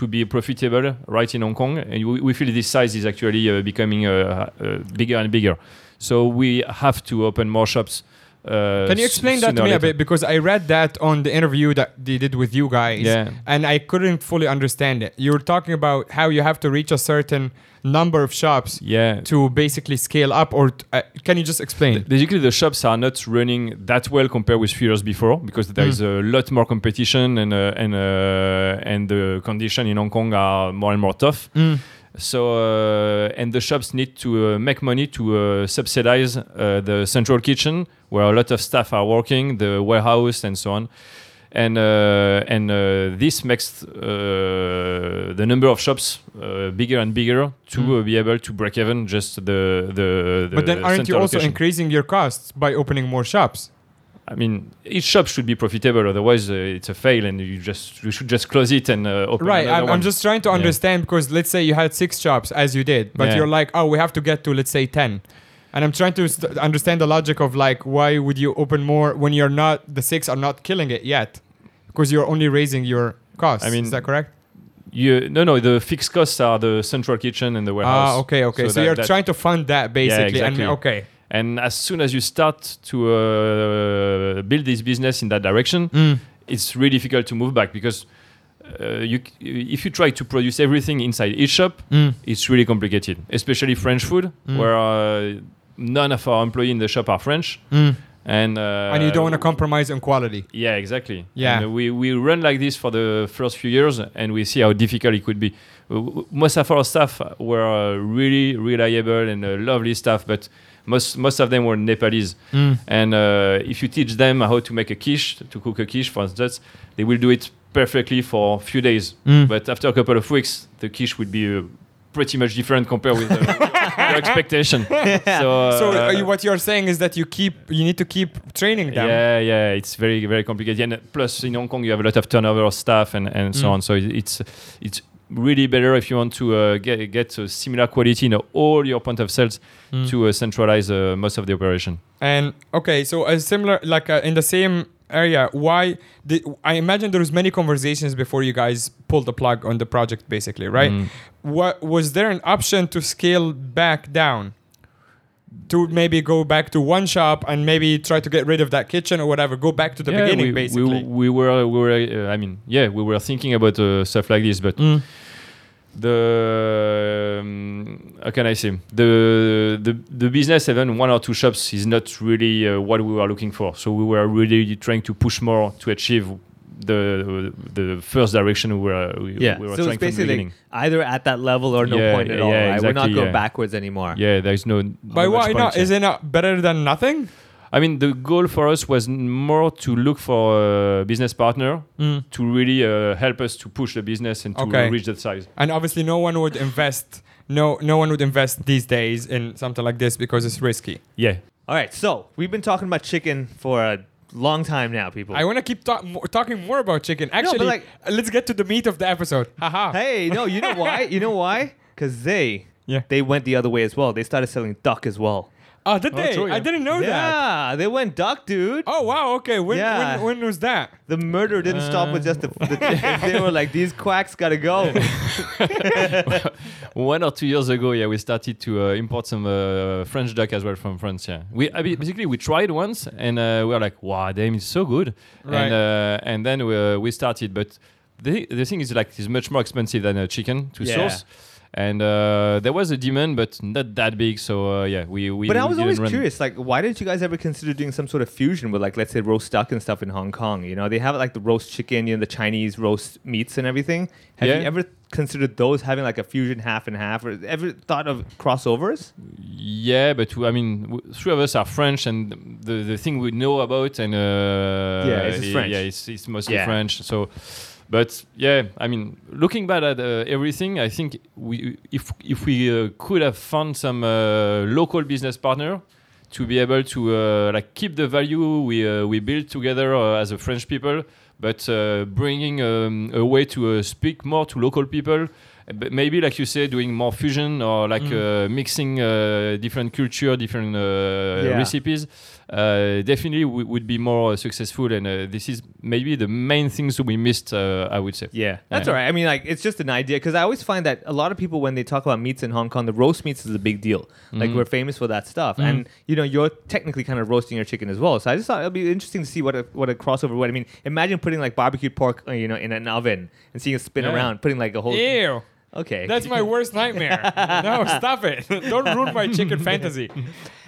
E: to be profitable right in Hong Kong, and we, we feel this size is actually uh, becoming uh, uh, bigger and bigger. So we have to open more shops. Uh,
D: Can you
E: s-
D: explain that
E: sooner
D: to
E: or
D: me a
E: later.
D: bit? Because I read that on the interview that they did with you guys,
E: Yeah.
D: and I couldn't fully understand it. You were talking about how you have to reach a certain number of shops
E: Yeah.
D: to basically scale up, or t- uh, can you just explain?
E: Basically, the shops are not running that well compared with few years before because there is
D: Hmm.
E: a lot more competition and uh, and uh, and the condition in Hong Kong are more and more tough.
D: Hmm.
E: So uh, and the shops need to uh, make money to uh, subsidize uh, the central kitchen where a lot of staff are working, the warehouse and so on. And uh, and uh, this makes uh, the number of shops uh, bigger and bigger to uh, be able to break even. Just the the, the
D: Hmm. but then aren't you
E: central
D: also
E: location.
D: increasing your costs by opening more shops?
E: I mean, each shop should be profitable. Otherwise, uh, it's a fail, and you just you should just close it and uh, open
D: Right,
E: another
D: I'm,
E: one.
D: I'm just trying to
E: Yeah.
D: understand because let's say you had six shops as you did, but
E: Yeah.
D: you're like, oh, we have to get to let's say ten, and I'm trying to st- understand the logic of like why would you open more when you're not the six are not killing it yet, because you're only raising your costs.
E: I mean,
D: is that correct?
E: you, no no the fixed costs are the central kitchen and the warehouse.
D: Ah, okay, okay. So,
E: that-
D: you're
E: that-
D: trying to fund that basically,
E: exactly.
D: and okay,
E: And as soon as you start to uh, build this business in that direction,
D: Hmm.
E: it's really difficult to move back because uh, you, c- if you try to produce everything inside each shop,
D: Hmm.
E: it's really complicated, especially French food, where uh, none of our employees in the shop are French, and uh,
D: Hmm. and you don't want to compromise on quality.
E: yeah, exactly.
D: Yeah.
E: And we, we run like this for the first few years and we see how difficult it could be. Uh, w- Most of our staff were uh, really reliable and uh, lovely staff, but most, most of them were Nepalese. And uh, if you teach them how to make a quiche, to cook a quiche, for instance, they will do it perfectly for a few days. But after a couple of weeks, the quiche would be uh, pretty much different compared with uh, your expectation. So, uh,
D: so uh, you, what you're saying is that you keep you need to keep training them.
E: yeah, yeah, it's very, very complicated. And uh, plus, in Hong Kong, you have a lot of turnover of staff and, and
D: Mm.
E: so on. So it- it's it's really better if you want to uh, get get a similar quality in all your point of sales
D: Mm.
E: to uh, centralize uh, most of the operation.
D: And okay, so a similar like uh, in the same area, why did, I imagine there was many conversations before you guys pulled the plug on the project, basically, right?
E: Mm.
D: What was there an option to scale back down? To maybe go back to one shop and maybe try to get rid of that kitchen or whatever. Go back to the beginning,
E: we,
D: basically.
E: We, we were, we were. Uh, I mean, yeah, we were thinking about uh, stuff like this, but
D: Mm.
E: the um, how can I say the the the business even one or two shops is not really uh, what we were looking for. So we were really trying to push more to achieve the the first direction we were we,
C: Yeah,
E: we were
C: so
E: trying
C: it's
E: from the
C: basically like
E: beginning.
C: either at that level or no
E: Yeah,
C: point at
E: yeah,
C: all. right? We're not
E: exactly,
C: going
E: yeah.
C: backwards anymore.
E: yeah, there's no.
D: but why not?
E: Is
D: Is
E: it?
D: it not better than nothing?
E: I mean, the goal for us was n- more to look for a business partner
C: Hmm.
E: to really uh, help us to push the business and to
D: Okay.
E: reach that size.
D: And obviously, no one would invest. No, no one would invest these days in something like this because it's risky.
E: Yeah.
C: All right, so we've been talking about chicken for a long time now, people.
D: I want to keep talk, mo- talking more about chicken. Actually,
C: like-
D: uh, let's get to the meat of the episode. Haha.
C: hey, no, you know why? You know why? Because they
D: Yeah.
C: they went the other way as well. They started selling duck as well.
D: Oh, did they?
E: true, yeah.
D: I didn't know that.
C: Yeah, they went duck, dude.
D: Oh wow. Okay. When,
C: Yeah.
D: when, when was that?
C: The murder didn't stop with just the, the
E: Uh,
C: chicken. They were like, these quacks gotta go.
E: One or two years ago, yeah, we started to uh, import some uh, French duck as well from France. Yeah, we I mean, basically we tried once and uh, we were like, "Wow, damn, it's so good!"
D: Right.
E: And uh, and then we, uh, we started, but the the thing is like it's much more expensive than a chicken to
C: Yeah.
E: source, and uh, there was a demand, but not that big. So uh, yeah, we we.
C: But I
E: we
C: was
E: didn't
C: always
E: run-
C: curious, like, why didn't you guys ever consider doing some sort of fusion with, like, let's say roast duck and stuff in Hong Kong? You know, they have like the roast chicken, you know, the Chinese roast meats and everything. Have
E: Yeah.
C: you ever considered those having like a fusion half and half, or ever thought of crossovers?
E: Yeah, but w- I mean, w- three of us are French, and the the thing we know about and uh, yeah,
C: it's just French.
E: Yeah, it's, it's mostly
C: Yeah.
E: French. So, but yeah, I mean, looking back at uh, everything, I think we if if we uh, could have found some uh, local business partner to be able to uh, like keep the value we uh, we built together uh, as a French people, but uh, bringing um, a way to uh, speak more to local people. Uh, But maybe, like you say, doing more fusion or like uh, mixing uh, different culture, different uh,
C: Yeah.
E: recipes, uh, definitely w- would be more uh, successful. And uh, this is maybe the main things we missed, uh, I would say.
C: Yeah, that's
E: Yeah.
C: all right. I mean, like, it's just an idea because I always find that a lot of people, when they talk about meats in Hong Kong, the roast meats is a big deal.
E: Mm-hmm.
C: Like, we're famous for that stuff. And, you know, you're technically kind of roasting your chicken as well. So I just thought it'd be interesting to see what a, what a crossover would. I mean, imagine putting like barbecued pork, uh, you know, in an oven and seeing it spin
E: Yeah.
C: around, putting like a whole.
D: Ew.
C: Okay.
D: That's my worst nightmare. no, stop it. Don't ruin my chicken fantasy.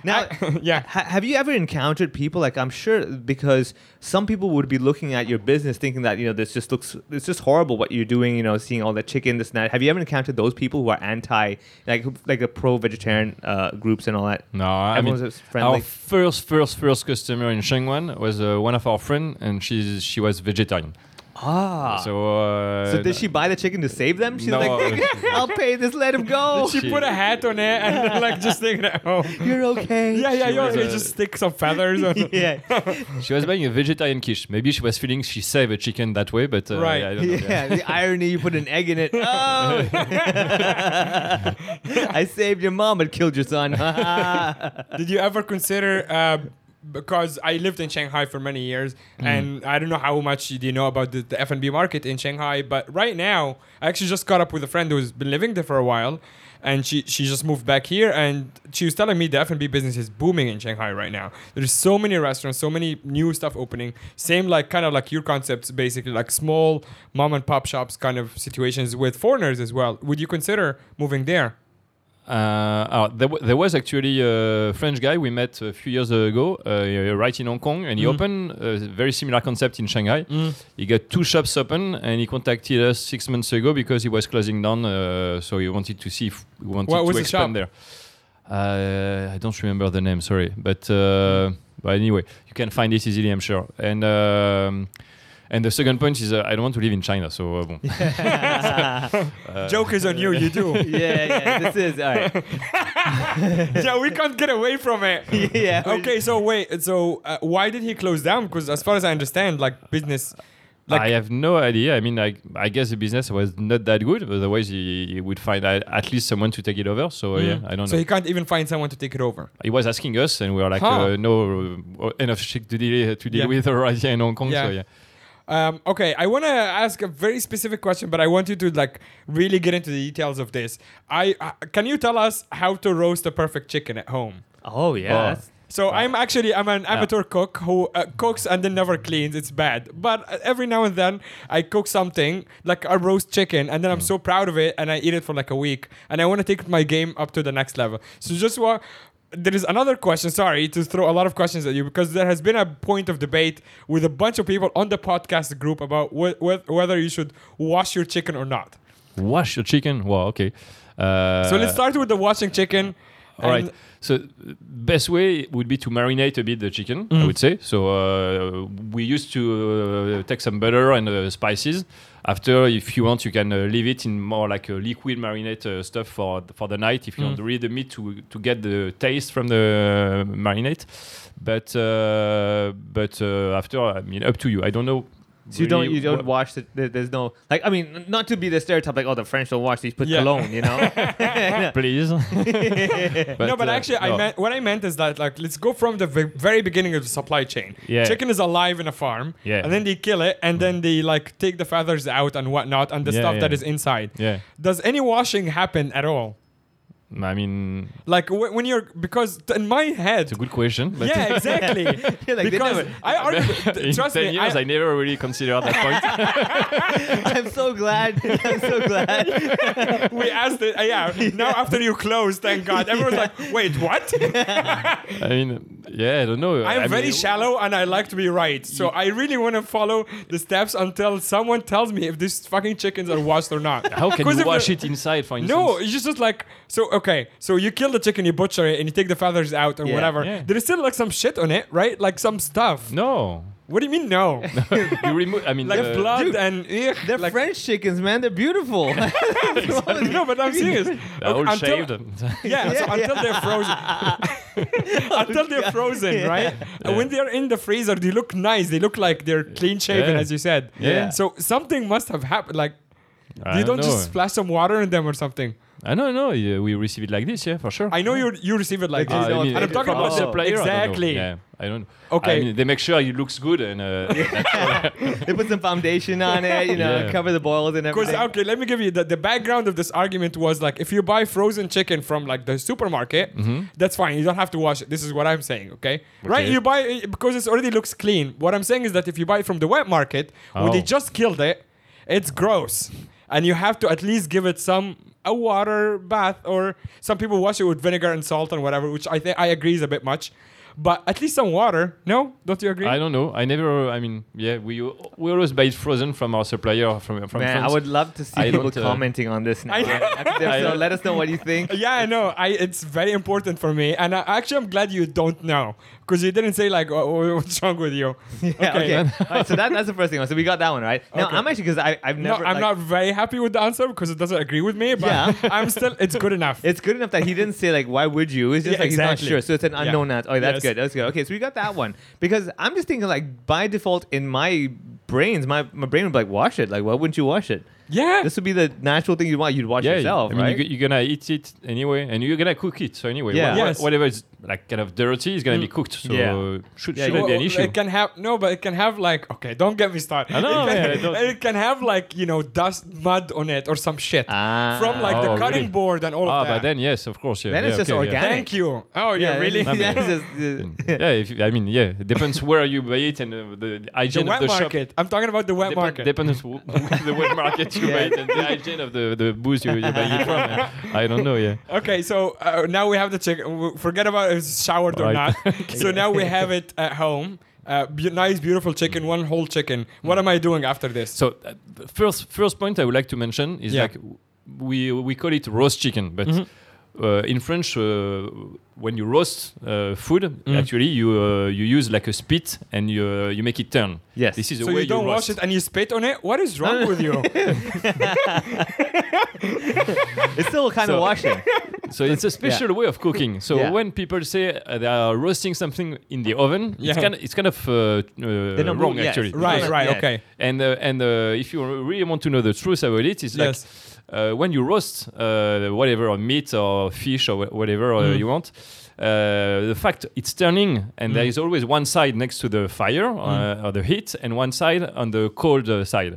C: now,
D: yeah.
C: ha- have you ever encountered people like I'm sure because some people would be looking at your business thinking that you know this just looks it's just horrible what you're doing you know seeing all that chicken this and that. Have you ever encountered those people who are anti like who- like the pro vegetarian uh, groups and all that?
E: No, I
C: Everyone's
E: mean,
C: just friendly.
E: our first, first, first customer in Shangwan was uh, one of our friends, and she's, she was vegetarian.
C: Ah. So,
E: So, uh,
C: did she buy the chicken to save them? She's
E: No.
C: like, I'll pay this, let him go.
D: She
E: She-
D: put a hat on it and like just taking it home.
C: You're okay.
D: Yeah, yeah,
E: She
D: you
E: was
D: already
E: a-
D: just stick some feathers. On.
C: Yeah.
E: She was buying a vegetarian quiche. Maybe she was feeling she saved a chicken that way, but uh,
D: Right.
E: I don't know.
C: Yeah, the irony you put an egg in it. Oh! I saved your mom but killed your son.
D: Did you ever consider? Uh, because I lived in Shanghai for many years, and I don't know how much you do know about the, the F&B market in Shanghai, but right now, I actually just caught up with a friend who's been living there for a while, and she, she just moved back here, and she was telling me the F&B business is booming in Shanghai right now. There's so many restaurants, so many new stuff opening. Same like kind of like your concepts, basically like small mom and pop shops kind of situations with foreigners as well. Would you consider moving there?
E: Uh, oh, there, wa- there was actually a French guy we met a few years ago, uh, right in Hong Kong, and he
D: Mm.
E: opened a very similar concept in Shanghai. He got two shops open, and he contacted us six months ago because he was closing down. Uh, so he wanted to see if we wanted
D: What was
E: to
D: the
E: expand
D: shop?
E: there. Uh, I don't remember the name, sorry, but uh, but anyway, you can find it easily, I'm sure. And um, and the second point is, uh, I don't want to live in China, so uh, bon.
D: Joke is on you, you do.
C: yeah, yeah, this is all right.
D: yeah, we can't get away from it.
C: Yeah.
D: Okay, so wait, so uh, why did he close down? Because as far as I understand, like business, like
E: I have no idea. I mean, I, I guess the business was not that good. Otherwise, he, he would find at at least someone to take it over. So yeah, I don't
D: so
E: know.
D: he can't even find someone to take it over.
E: He was asking us, and we were like,
D: Huh.
E: uh, no, uh, enough shit to deal to deal
D: Yeah.
E: with already in Hong Kong. So
D: Yeah.
E: yeah,
D: Um, okay, I want to ask a very specific question, but I want you to like really get into the details of this. I uh, can you tell us how to roast a perfect chicken at home?
C: Oh yeah. that's-
D: So I'm actually I'm an amateur cook who uh, cooks and then never cleans. It's bad. But uh, every now and then I cook something like a roast chicken, and then
E: Mm.
D: I'm so proud of it, and I eat it for like a week, and I want to take my game up to the next level. So just what. There is another question. Sorry to throw a lot of questions at you because there has been a point of debate with a bunch of people on the podcast group about wh- wh- whether you should wash your chicken or not.
E: wash your chicken. Wow, okay. Uh,
D: So let's start with the washing chicken.
E: All right.
D: and-
E: So uh, best way would be to marinate a bit the chicken.
D: Mm-hmm.
E: I would say. So uh, we used to uh, take some butter and uh, spices. After, if you want, you can uh, leave it in more like a liquid marinate uh, stuff for for the night. If you
D: Mm.
E: want to read the meat to to get the taste from the marinate, but uh, but uh, after, I mean, up to you. I don't know.
C: So you don't
E: really
C: you don't
E: what-
C: wash the there- there's no like I mean n- not to be the stereotype like oh the French don't wash these put
D: Yeah.
C: cologne you know
E: please.
D: no, but
E: uh,
D: actually, I
E: no.
D: meant what I meant is that like let's go from the ve- very beginning of the supply chain.
E: Yeah.
D: Chicken is alive in a farm,
E: Yeah.
D: and then they kill it, and then they like take the feathers out and whatnot, and the
E: Yeah,
D: stuff
E: yeah.
D: that is inside.
E: Yeah.
D: Does any washing happen at all?
E: I mean,
D: Like wh- when you're because t- in my head.
E: it's a good question. But
D: yeah, exactly.
C: You're like, they
D: because
C: never-
D: I argue,
E: In
D: trust
E: 10
D: me,
E: years, I,
D: I,
E: never really considered that point.
C: I'm so glad I'm so glad
D: we asked it. uh, yeah, now after you close, thank God, everyone's like, "Wait, what?"
E: I mean, yeah, I don't know.
D: I'm
E: I
D: very
E: mean,
D: shallow and I like to be right. So I really want to follow the steps until someone tells me if these fucking chickens are washed or not.
E: How can
D: 'Cause
E: you
D: if
E: wash
D: they're-
E: it inside, for instance?
D: No, it's just just like so. Okay, so you kill the chicken, you butcher it, and you take the feathers out or
C: Yeah,
D: whatever.
E: yeah.
D: There is still like some shit on it, right? Like some stuff.
E: No.
D: What do you mean no?
E: you remove. I mean,
D: like
E: uh,
D: blood
C: Dude,
D: and ugh,
C: they're
D: like,
C: French chickens man they're beautiful
D: No, but I'm serious.
E: they're all
D: Okay, until-
E: shaved.
D: Yeah, so until they're frozen. until they're frozen, right? And When they're in the freezer, they look nice. They look like they're clean shaven,
E: Yeah.
D: as you said.
E: Yeah.
D: So something must have happened. Like
E: I
D: you don't
E: know.
D: just splash some water in them or something.
E: I don't know. yeah, We receive it like this, yeah, for sure. Uh,
D: I know you you receive it like
C: Like
D: this.
C: this,
E: mean,
C: And I'm talking
E: from
C: about
E: the
C: the-
E: supplier, I don't know.
D: exactly.
E: Yeah, I don't.
D: Okay.
E: I mean, they make sure it looks good, and uh,
C: they put some foundation on it you know
E: Yeah.
C: cover the boils and
D: Because
C: everything
D: okay, let me give you the, the background of this argument was like if you buy frozen chicken from like the supermarket, that's fine. You don't have to wash it. This is what I'm saying, okay? Right?
E: Okay.
D: You buy it because it already looks clean. What I'm saying is that if you buy it from the wet market, where they
E: Oh.
D: just killed it, it's gross, and you have to at least give it some a water bath or some people wash it with vinegar and salt and whatever, which I think I agree is a bit much. but at least some water. No, don't you agree?
E: I don't know. I never. I mean, yeah, we we always buy it frozen from our supplier from from
C: Man,
E: France.
C: I would love to see
E: I
C: people
E: don't, uh,
C: commenting on this now.
D: I-
C: right? so let us know what you think.
D: yeah, I know. I it's very important for me, and I, actually I'm glad you don't know because you didn't say like oh, what's wrong with you.
C: Yeah, okay. All right, so that, that's the first thing. So we got that one right. Now
D: Okay.
C: I'm actually because I I've
D: No,
C: never.
D: I'm
C: like-
D: not very happy with the answer because it doesn't agree with me. But
C: Yeah.
D: I'm still. It's good enough.
C: It's good enough that he didn't say like why would you? It's just
D: Yeah,
C: like
D: exactly.
C: he's not sure. So it's an
D: Yeah.
C: unknown answer. Oh, that's
D: Yes.
C: good. That's good. Okay, so we got that one because I'm just thinking like by default in my brains, my my brain would be like wash it. Like why wouldn't you wash it?
D: yeah.
C: This would be the natural thing you want. You'd wash
E: yeah,
C: yourself,
E: I mean,
C: right?
E: you, you're gonna eat it anyway, and you're gonna cook it. So anyway,
C: Yeah.
E: wha- wha-
D: Yes.
E: whatever is like kind of dirty is gonna be cooked. So
C: Yeah.
E: uh, should
C: Yeah,
E: shouldn't
C: you-
E: be an
D: Well,
E: issue.
D: It can have no, but it can have like okay, don't get me started.
E: I know,
D: it, can,
E: yeah, don't-
D: it can have like you know dust, mud on it, or some shit
C: Ah.
D: from like the
E: Oh,
D: cutting
E: really?
D: board and all
E: ah,
D: of that.
E: but then yes, of course. Yeah,
C: Then
E: yeah,
C: it's just
E: okay, yeah.
C: organic.
D: Thank you. Oh yeah, really?
C: that's-
E: Yeah.
C: that's just-
E: yeah, if, I mean, yeah, it depends where you buy it and uh, the
D: The
E: hygiene of
D: wet
E: the shop.
D: market. I'm talking about the wet
E: Dep-
D: market.
E: Depends w- the wet market you buy it and the hygiene of the, the booze you, you buy it from. I don't know, yeah.
D: Okay, so uh, now we have the chicken. w- Forget about if it's showered or
E: Right.
D: not. so now we have it at home. Uh, be- nice, beautiful chicken, one whole chicken. What am I doing after this?
E: Mm. So uh, the first first point I would like to mention is
D: Yeah.
E: like w- we we call it roast chicken, but uh, in French, uh, when you roast uh, food, actually you uh, you use like a spit and you uh, you make it turn.
C: Yes.
E: this is the
D: So
E: way
D: you don't
E: roast.
D: wash it and you spit on it. What is wrong with you?
C: it's still kind of
E: So-
C: washing.
E: So it's a special way of cooking. So
C: Yeah.
E: when people say uh, they are roasting something in the oven,
D: Yeah.
E: it's kind of, it's kind of uh,
C: They're
E: uh,
C: not
E: wrong
C: yes.
E: actually.
D: right, right,
C: Yeah.
D: okay.
E: And uh, and uh, if you really want to know the truth about it,
D: Yes.
E: it's like uh, when you roast uh, whatever or meat or fish or wh- whatever uh,
D: Mm-hmm.
E: you want. Uh, the fact it's turning, and
D: Mm.
E: there is always one side next to the fire uh, or the heat, and one side on the cold uh, side,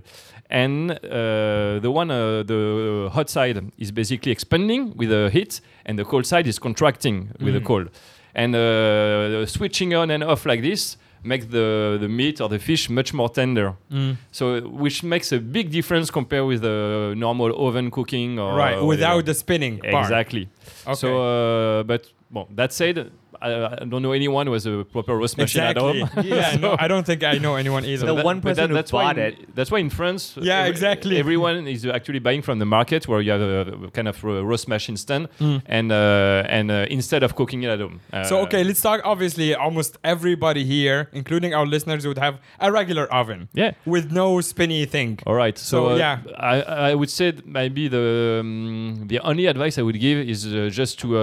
E: and uh, the one uh, the hot side is basically expanding with the heat, and the cold side is contracting with
D: Mm.
E: the cold, and uh, switching on and off like this makes the the meat or the fish much more tender.
D: Mm.
E: So which makes a big difference compared with the normal oven cooking or
D: right,
E: whatever.
D: without the spinning part.
E: exactly. So uh, but well, that said, I, I don't know anyone who has a proper roast machine
D: Exactly.
E: at home.
D: yeah, no, I don't think I know anyone either.
C: The
E: But
C: one
E: but
C: person who
E: that's why
C: bought
E: in-
C: it-
E: That's why in France,
D: Yeah, exactly.
E: Everyone is actually buying from the market where you have a kind of ro- roast machine stand, and uh, and uh, instead of cooking it at home. Uh,
D: Mm. so okay, let's talk. Obviously, almost everybody here, including our listeners, would have a regular oven.
E: Yeah.
D: With no spinny thing.
E: All right. So,
D: So,
E: uh,
D: yeah.
E: I, I would say th- maybe the um, the only advice I would give is uh, just to uh,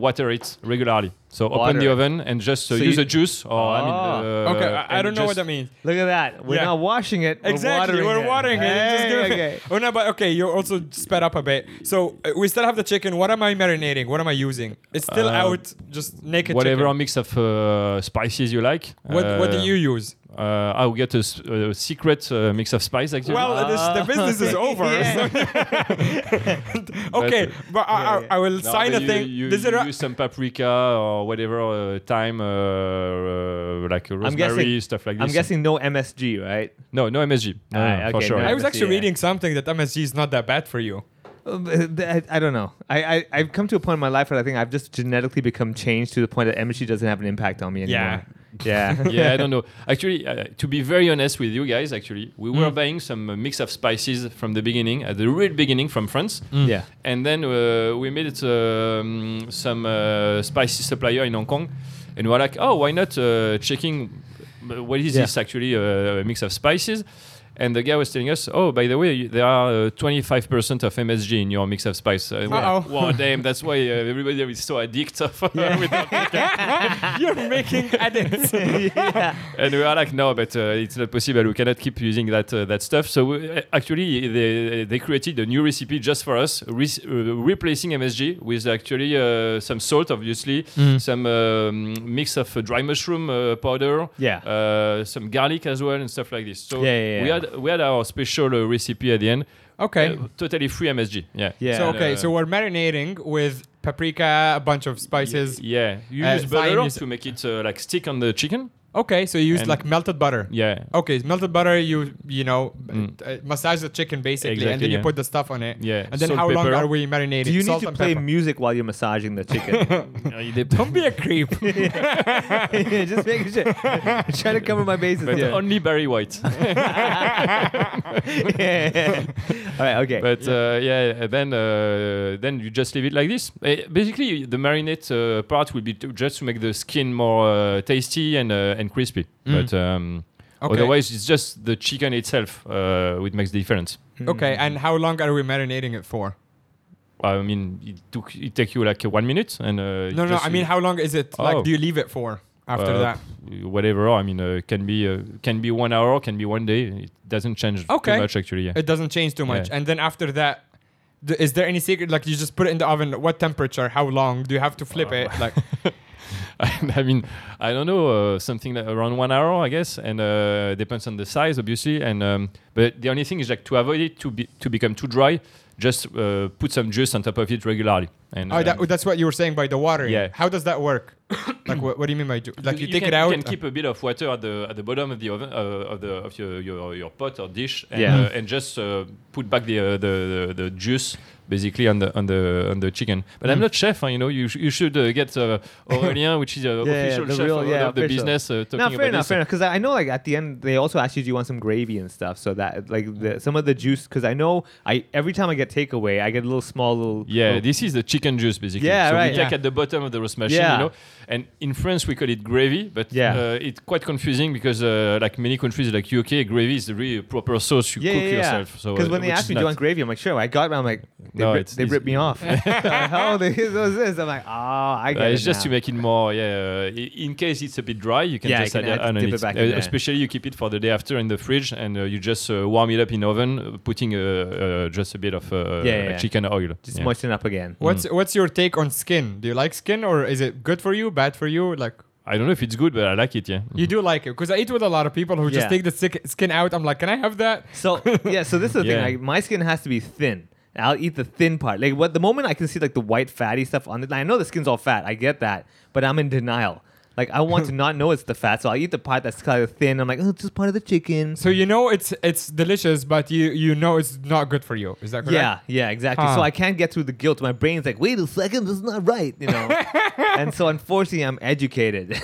E: water it regularly. So
C: Water
E: open the
C: it.
E: oven and just uh,
C: So
E: use
C: you-
E: a juice or I mean.
C: Ah.
E: Uh,
D: Okay, I, I
E: and
D: don't know what
E: just-
D: that means.
C: Look at that. We're
D: Yeah.
C: not washing it.
D: Exactly,
C: We're watering
D: we're
C: it.
D: watering it. Just
C: Hey,
D: give it-
C: okay.
D: Oh no, but okay, you also sped up a bit. So uh, we still have the chicken. What am I marinating? What am I using? It's still
E: Uh,
D: out. Just naked
E: Whatever
D: chicken.
E: mix of uh, spices you like.
D: What What do
E: Uh,
D: you use?
E: Uh, I will get a, s- a secret uh, mix of spice actually.
D: Well,
C: Ah.
D: this, the business is over.
C: Yeah.
D: so- okay, but I, I-
C: yeah.
D: I, will
E: No,
D: sign a
E: but you-
D: thing.
E: You,
D: This is
E: you
D: a-
E: use some paprika or whatever uh, thyme, uh, uh, like uh,
C: I'm
E: rosemary
C: guessing.
E: stuff like this.
C: I'm guessing no MSG, right?
E: No, no MSG. No,
C: Ah,
E: no, for
C: okay,
E: sure.
C: no
D: I was
C: MSG,
D: actually
C: yeah.
D: reading something that MSG is not that bad for you.
C: Uh, I, I don't know. I, I I've come to a point in my life where I think I've just genetically become changed to the point that MSG doesn't have an impact on me anymore. Yeah. Yeah.
E: yeah, I don't know. Actually, uh, to be very honest with you guys, actually, we were buying some uh, mix of spices from the beginning, at the real beginning from France,
C: Yeah.
E: and then uh, we made it um, some uh, spicy supplier in Hong Kong, and we're like, oh, why not uh, checking uh, what is
C: Yeah.
E: this actually uh, a mix of spices. And the guy was telling us, "Oh, by the way, you- there are uh, 25% of MSG in your mix of spice." Uh,
D: Uh-oh.
E: Wow, damn! That's why uh, everybody is so addicted.
D: You're making edits.
E: And we are like, no, but uh, it's not possible. We cannot keep using that uh, that stuff. So we, uh, actually, they they created a new recipe just for us, re- uh, replacing MSG with actually uh, some salt, obviously,
C: Mm.
E: some um, mix of uh, dry mushroom uh, powder,
C: Yeah.
E: uh, some garlic as well, and stuff like this. So
C: Yeah, yeah,
E: we
C: yeah.
E: had we had our special uh, recipe at the end.
D: Okay.
E: Uh, totally free MSG. Yeah.
C: Yeah.
D: So
E: And,
D: okay,
E: uh,
D: so we're marinating with paprika, a bunch of spices.
E: yeah, you
D: Uh,
E: use
D: thyme
E: butter
D: is-
E: to make it uh, like stick on the chicken.
D: Okay, so you used
E: And-
D: like melted butter.
E: Yeah.
D: Okay, it's melted butter. You you know uh, massage the chicken basically, and
E: Mm. Exactly,
D: then you
E: yeah.
D: put the stuff on it.
E: Yeah,
D: And then
E: salt,
D: how long
E: pepper.
D: are we marinating?
C: Do you need
D: Salt
C: to
D: and
C: play
D: pepper.
C: music while you're massaging the chicken?
D: Don't be a creep.
C: Just making sure. Trying to cover my bases
E: but
C: here.
E: only Barry White.
C: Yeah. All right. Okay.
E: But uh, yeah, then uh, then you just leave it like this. Eh, Basically, the marinade uh, part will be to, just to make the skin more uh, tasty and uh, and crispy. But um,
D: Mm. Okay.
E: otherwise, it's just the chicken itself uh, which makes the difference.
D: okay, and how long are we marinating it for?
E: I mean, it took it take you like one minute, and uh,
D: No, no.
E: just-
D: I mean, how long is it?
E: Oh.
D: Like, do you leave it for after
E: uh,
D: that?
E: whatever. I mean, uh, can be uh, can be one hour, can be one day. It doesn't change
D: Okay.
E: too much actually. Yeah.
D: It doesn't change too much.
E: Yeah.
D: And then after that, th- is there any secret? Like, you just put it in the oven. What temperature? How long? Do you have to flip it? Like,
E: I mean, I don't know, uh, something like around one hour, I guess, and uh, depends on the size, obviously. And um, but the only thing is like to avoid it to be to become too dry, just uh, put some juice on top of it regularly. And
D: oh,
E: uh,
D: that, that's what you were saying by the water.
E: Yeah.
D: How does that work? like, what, what do you mean by ju- like you, take
E: can,
D: it out?
E: You can keep a bit of water at the at the bottom of the oven uh, of the of your, your your pot or dish, and,
C: Yeah.
E: uh, and just uh, put back the, uh, the the the juice basically on the on the on the chicken. But
C: Mm.
E: I'm not chef, huh, you know. You sh- you should uh, get uh, Aurelien, which is uh, official chef of the- of the
C: official.
E: business, uh, talking
C: no, fair
E: about
C: enough,
E: this.
C: fair enough. Because I know, like at the end, they also ask you, do you want some gravy and stuff? So that, like,
E: Mm.
C: the, some of the juice. Because I know, I every time I get takeaway, I get a little small little.
E: Yeah,
C: little-
E: this is the chicken juice basically.
C: Yeah,
E: so
C: right,
E: we take
D: yeah.
E: at the bottom of the roast machine,
C: Yeah.
E: you know. And in France we call it gravy, but
C: Yeah.
E: uh, it's quite confusing because uh, like many countries like UK, gravy is the real proper sauce you
C: yeah,
E: cook
C: yeah,
E: yourself. So
C: because
E: uh,
C: when they
E: which
C: ask
E: is
C: me, do you
E: not-
C: want gravy? I'm like, sure. I got. it. I'm like, they,
E: No,
C: rip-
E: it's-
C: they
E: it's-
C: ripped me off. How the hell was this? I'm like, oh, I
E: Uh,
C: get it
E: it's just
C: now.
E: to make it more, yeah. uh, i- In case it's a bit dry, you can
C: Yeah, you
E: just
C: can
E: add,
C: add-
E: on
C: dip
E: it.
C: it back
E: Uh,
C: in there.
E: especially you keep it for the day after in the fridge, and uh, you just uh, warm it up in oven, uh, putting uh, uh, just a bit of uh,
C: Yeah, yeah,
E: uh,
C: yeah.
E: chicken oil.
C: just
E: Yeah.
C: moisten up again.
D: What's what's your take on skin? Do you like skin or is it good for you, bad for you? Like
E: I don't know if it's good, but I like it. Yeah.
D: you do like it because I eat with a lot of people who just
C: Yeah.
D: take the sick skin out. I'm like, can I have that?
C: So yeah, so this is the
E: Yeah.
C: thing. Like my skin has to be thin. I'll eat the thin part. Like what the moment I can see like the white fatty stuff on it. I know the skin's all fat. I get that, but I'm in denial. Like I want to not know it's the fat, so I'll eat the part that's kind of thin. I'm like, oh, it's just part of the chicken.
D: So you know it's it's delicious, but you you know it's not good for you. Is that correct?
C: Yeah, yeah, exactly.
D: Huh.
C: So I can't get through the guilt. My brain's like, wait a second, this is not right, you know. and so unfortunately, I'm educated.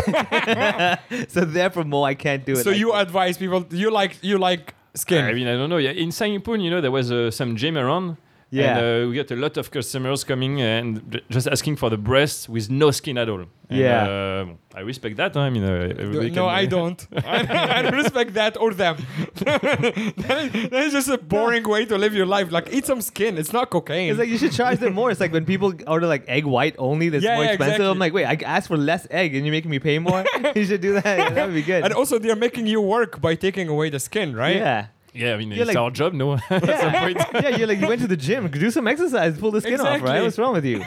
C: so therefore, more I can't do it.
D: So
C: like
D: you advise people you like you like skin.
E: I mean, I don't know. Yeah, in Sangipun, you know, there was uh, some gym around.
C: Yeah.
E: And uh, we got a lot of customers coming and j- just asking for the breast with no skin at all. And,
C: Yeah.
E: uh, I respect that. huh? I mean, uh,
D: no,
E: everybody
D: no,
E: can-
D: I don't. I, don't- I don't respect that or them. that, is, that is just a boring way to live your life. Like eat some skin. It's not cocaine.
C: It's like you should charge them more. It's like when people order like egg white only, that's
D: Yeah,
C: more
D: yeah,
C: expensive.
D: exactly.
C: I'm like, wait, I asked for less egg and you're making me pay more. you should do that. Yeah, that would be good.
D: and also they're making you work by taking away the skin, right?
C: yeah.
E: Yeah, I mean,
C: You're
E: it's
C: like-
E: our job, no? At some point.
C: yeah, you're like you went to the gym, do some exercise, pull the skin off,
D: Exactly.
C: right? What's wrong with you?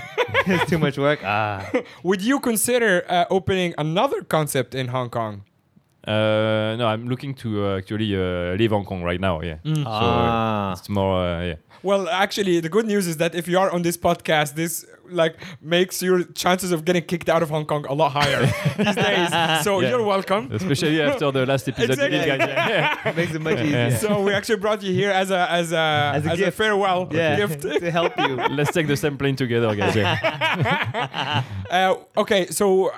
C: it's too much work. Ah,
D: Would you consider uh, opening another concept in Hong Kong?
E: Uh, no, I'm looking to uh, actually uh, leave Hong Kong right now. Yeah. So
C: Ah.
E: it's more, uh, yeah.
D: Well, actually, the good news is that if you are on this podcast, this like makes your chances of getting kicked out of Hong Kong a lot higher these days. So
E: Yeah.
D: you're welcome.
E: Especially after the last episode. we did,
D: Exactly.
E: guys. Yeah.
C: makes it much easier.
D: So we actually brought you here as a as a as
C: As
D: a,
C: a gift.
D: farewell
C: Yeah,
D: gift.
C: to help you.
E: Let's take the same plane together, guys. Yeah.
D: Uh, okay, so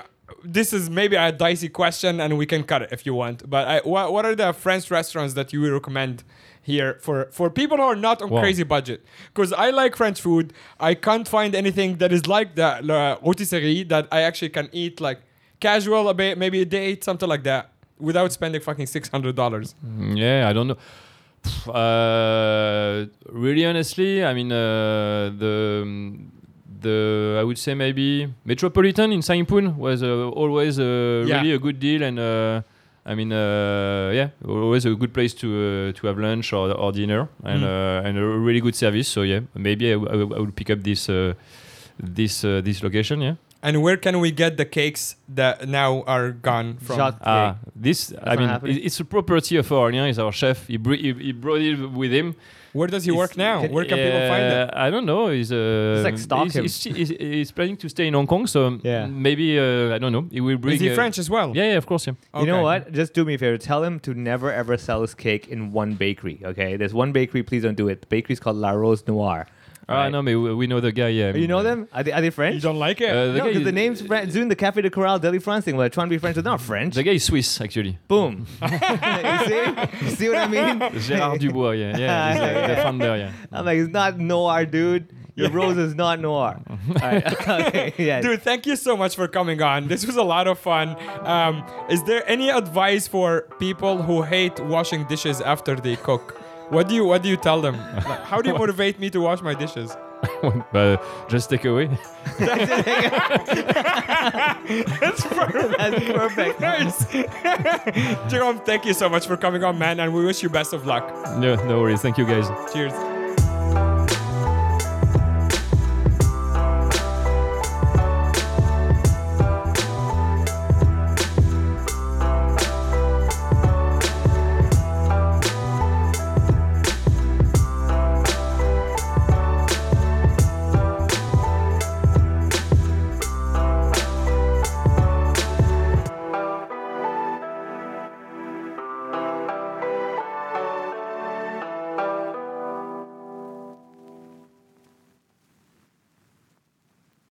D: this is maybe a dicey question, and we can cut it if you want. But I, what, what are the French restaurants that you would recommend here for for people who are not on
E: Wow.
D: crazy budget? Because I like French food. I can't find anything that is like the la rotisserie that I actually can eat like casual a bit, maybe a date, something like that, without spending fucking six hundred dollars.
E: Mm. Yeah, I don't know. Pff, Uh, really, honestly, I mean uh, the the I would say maybe Metropolitan in Sangipun was uh, always uh,
D: Yeah.
E: really a good deal, and uh, I mean uh, yeah, always a good place to uh, to have lunch or, or dinner, and
C: Mm.
E: uh, and a really good service. So yeah, maybe I, w- I w- I would pick up this uh, this uh, this location. Yeah.
D: and where can we get the cakes that now are gone from?
C: Jacques
E: Ah, this, I
C: not
E: mean,
C: happening.
E: it- it's a property of Aurelien, he's our chef. He, br- he, he brought it with him.
D: Where does he work now?
C: can-
D: Where can people find
E: Uh,
D: it?
E: I don't know. He's, uh,
C: It's like stalk
E: he's,
C: him.
E: He's, he's, he's planning to stay in Hong Kong, so
C: Yeah.
E: maybe, uh, I don't know. He will bring.
D: Is he
E: uh,
D: French as well?
E: Yeah, yeah, of course, yeah.
C: You know
D: Okay.
C: what? Just do me a favor. Tell him to never ever sell his cake in one bakery. Okay, there's one bakery. Please don't do it. The bakery's called La Rose Noire.
E: Ah, no, maybe we, we know the guy, yeah.
C: You know them? Are they, are they
D: You
C: French?
D: don't like it?
E: Uh, the,
C: no,
E: guy
C: because
E: is,
C: the name's French. Doing the Cafe de Corral Deli France thing. Well, trying to be French, they're not French.
E: the guy is Swiss, actually.
C: Boom. you see? You see what I mean?
E: Gérard Dubois, yeah. Yeah, he's uh, the, the founder, yeah.
C: I'm like, it's not noir, dude. Your rose is not noir. All right. okay. Yeah.
D: Dude, thank you so much for coming on. This was a lot of fun. Um, is there any advice for people who hate washing dishes after they cook? What do you What do you tell them? Like, how do you motivate me to wash my dishes?
E: but uh, just take away.
C: That's perfect.
D: Nice, Jerome. Thank you so much for coming on, man, and we wish you best of luck.
E: No, no worries. Thank you, guys.
D: Cheers.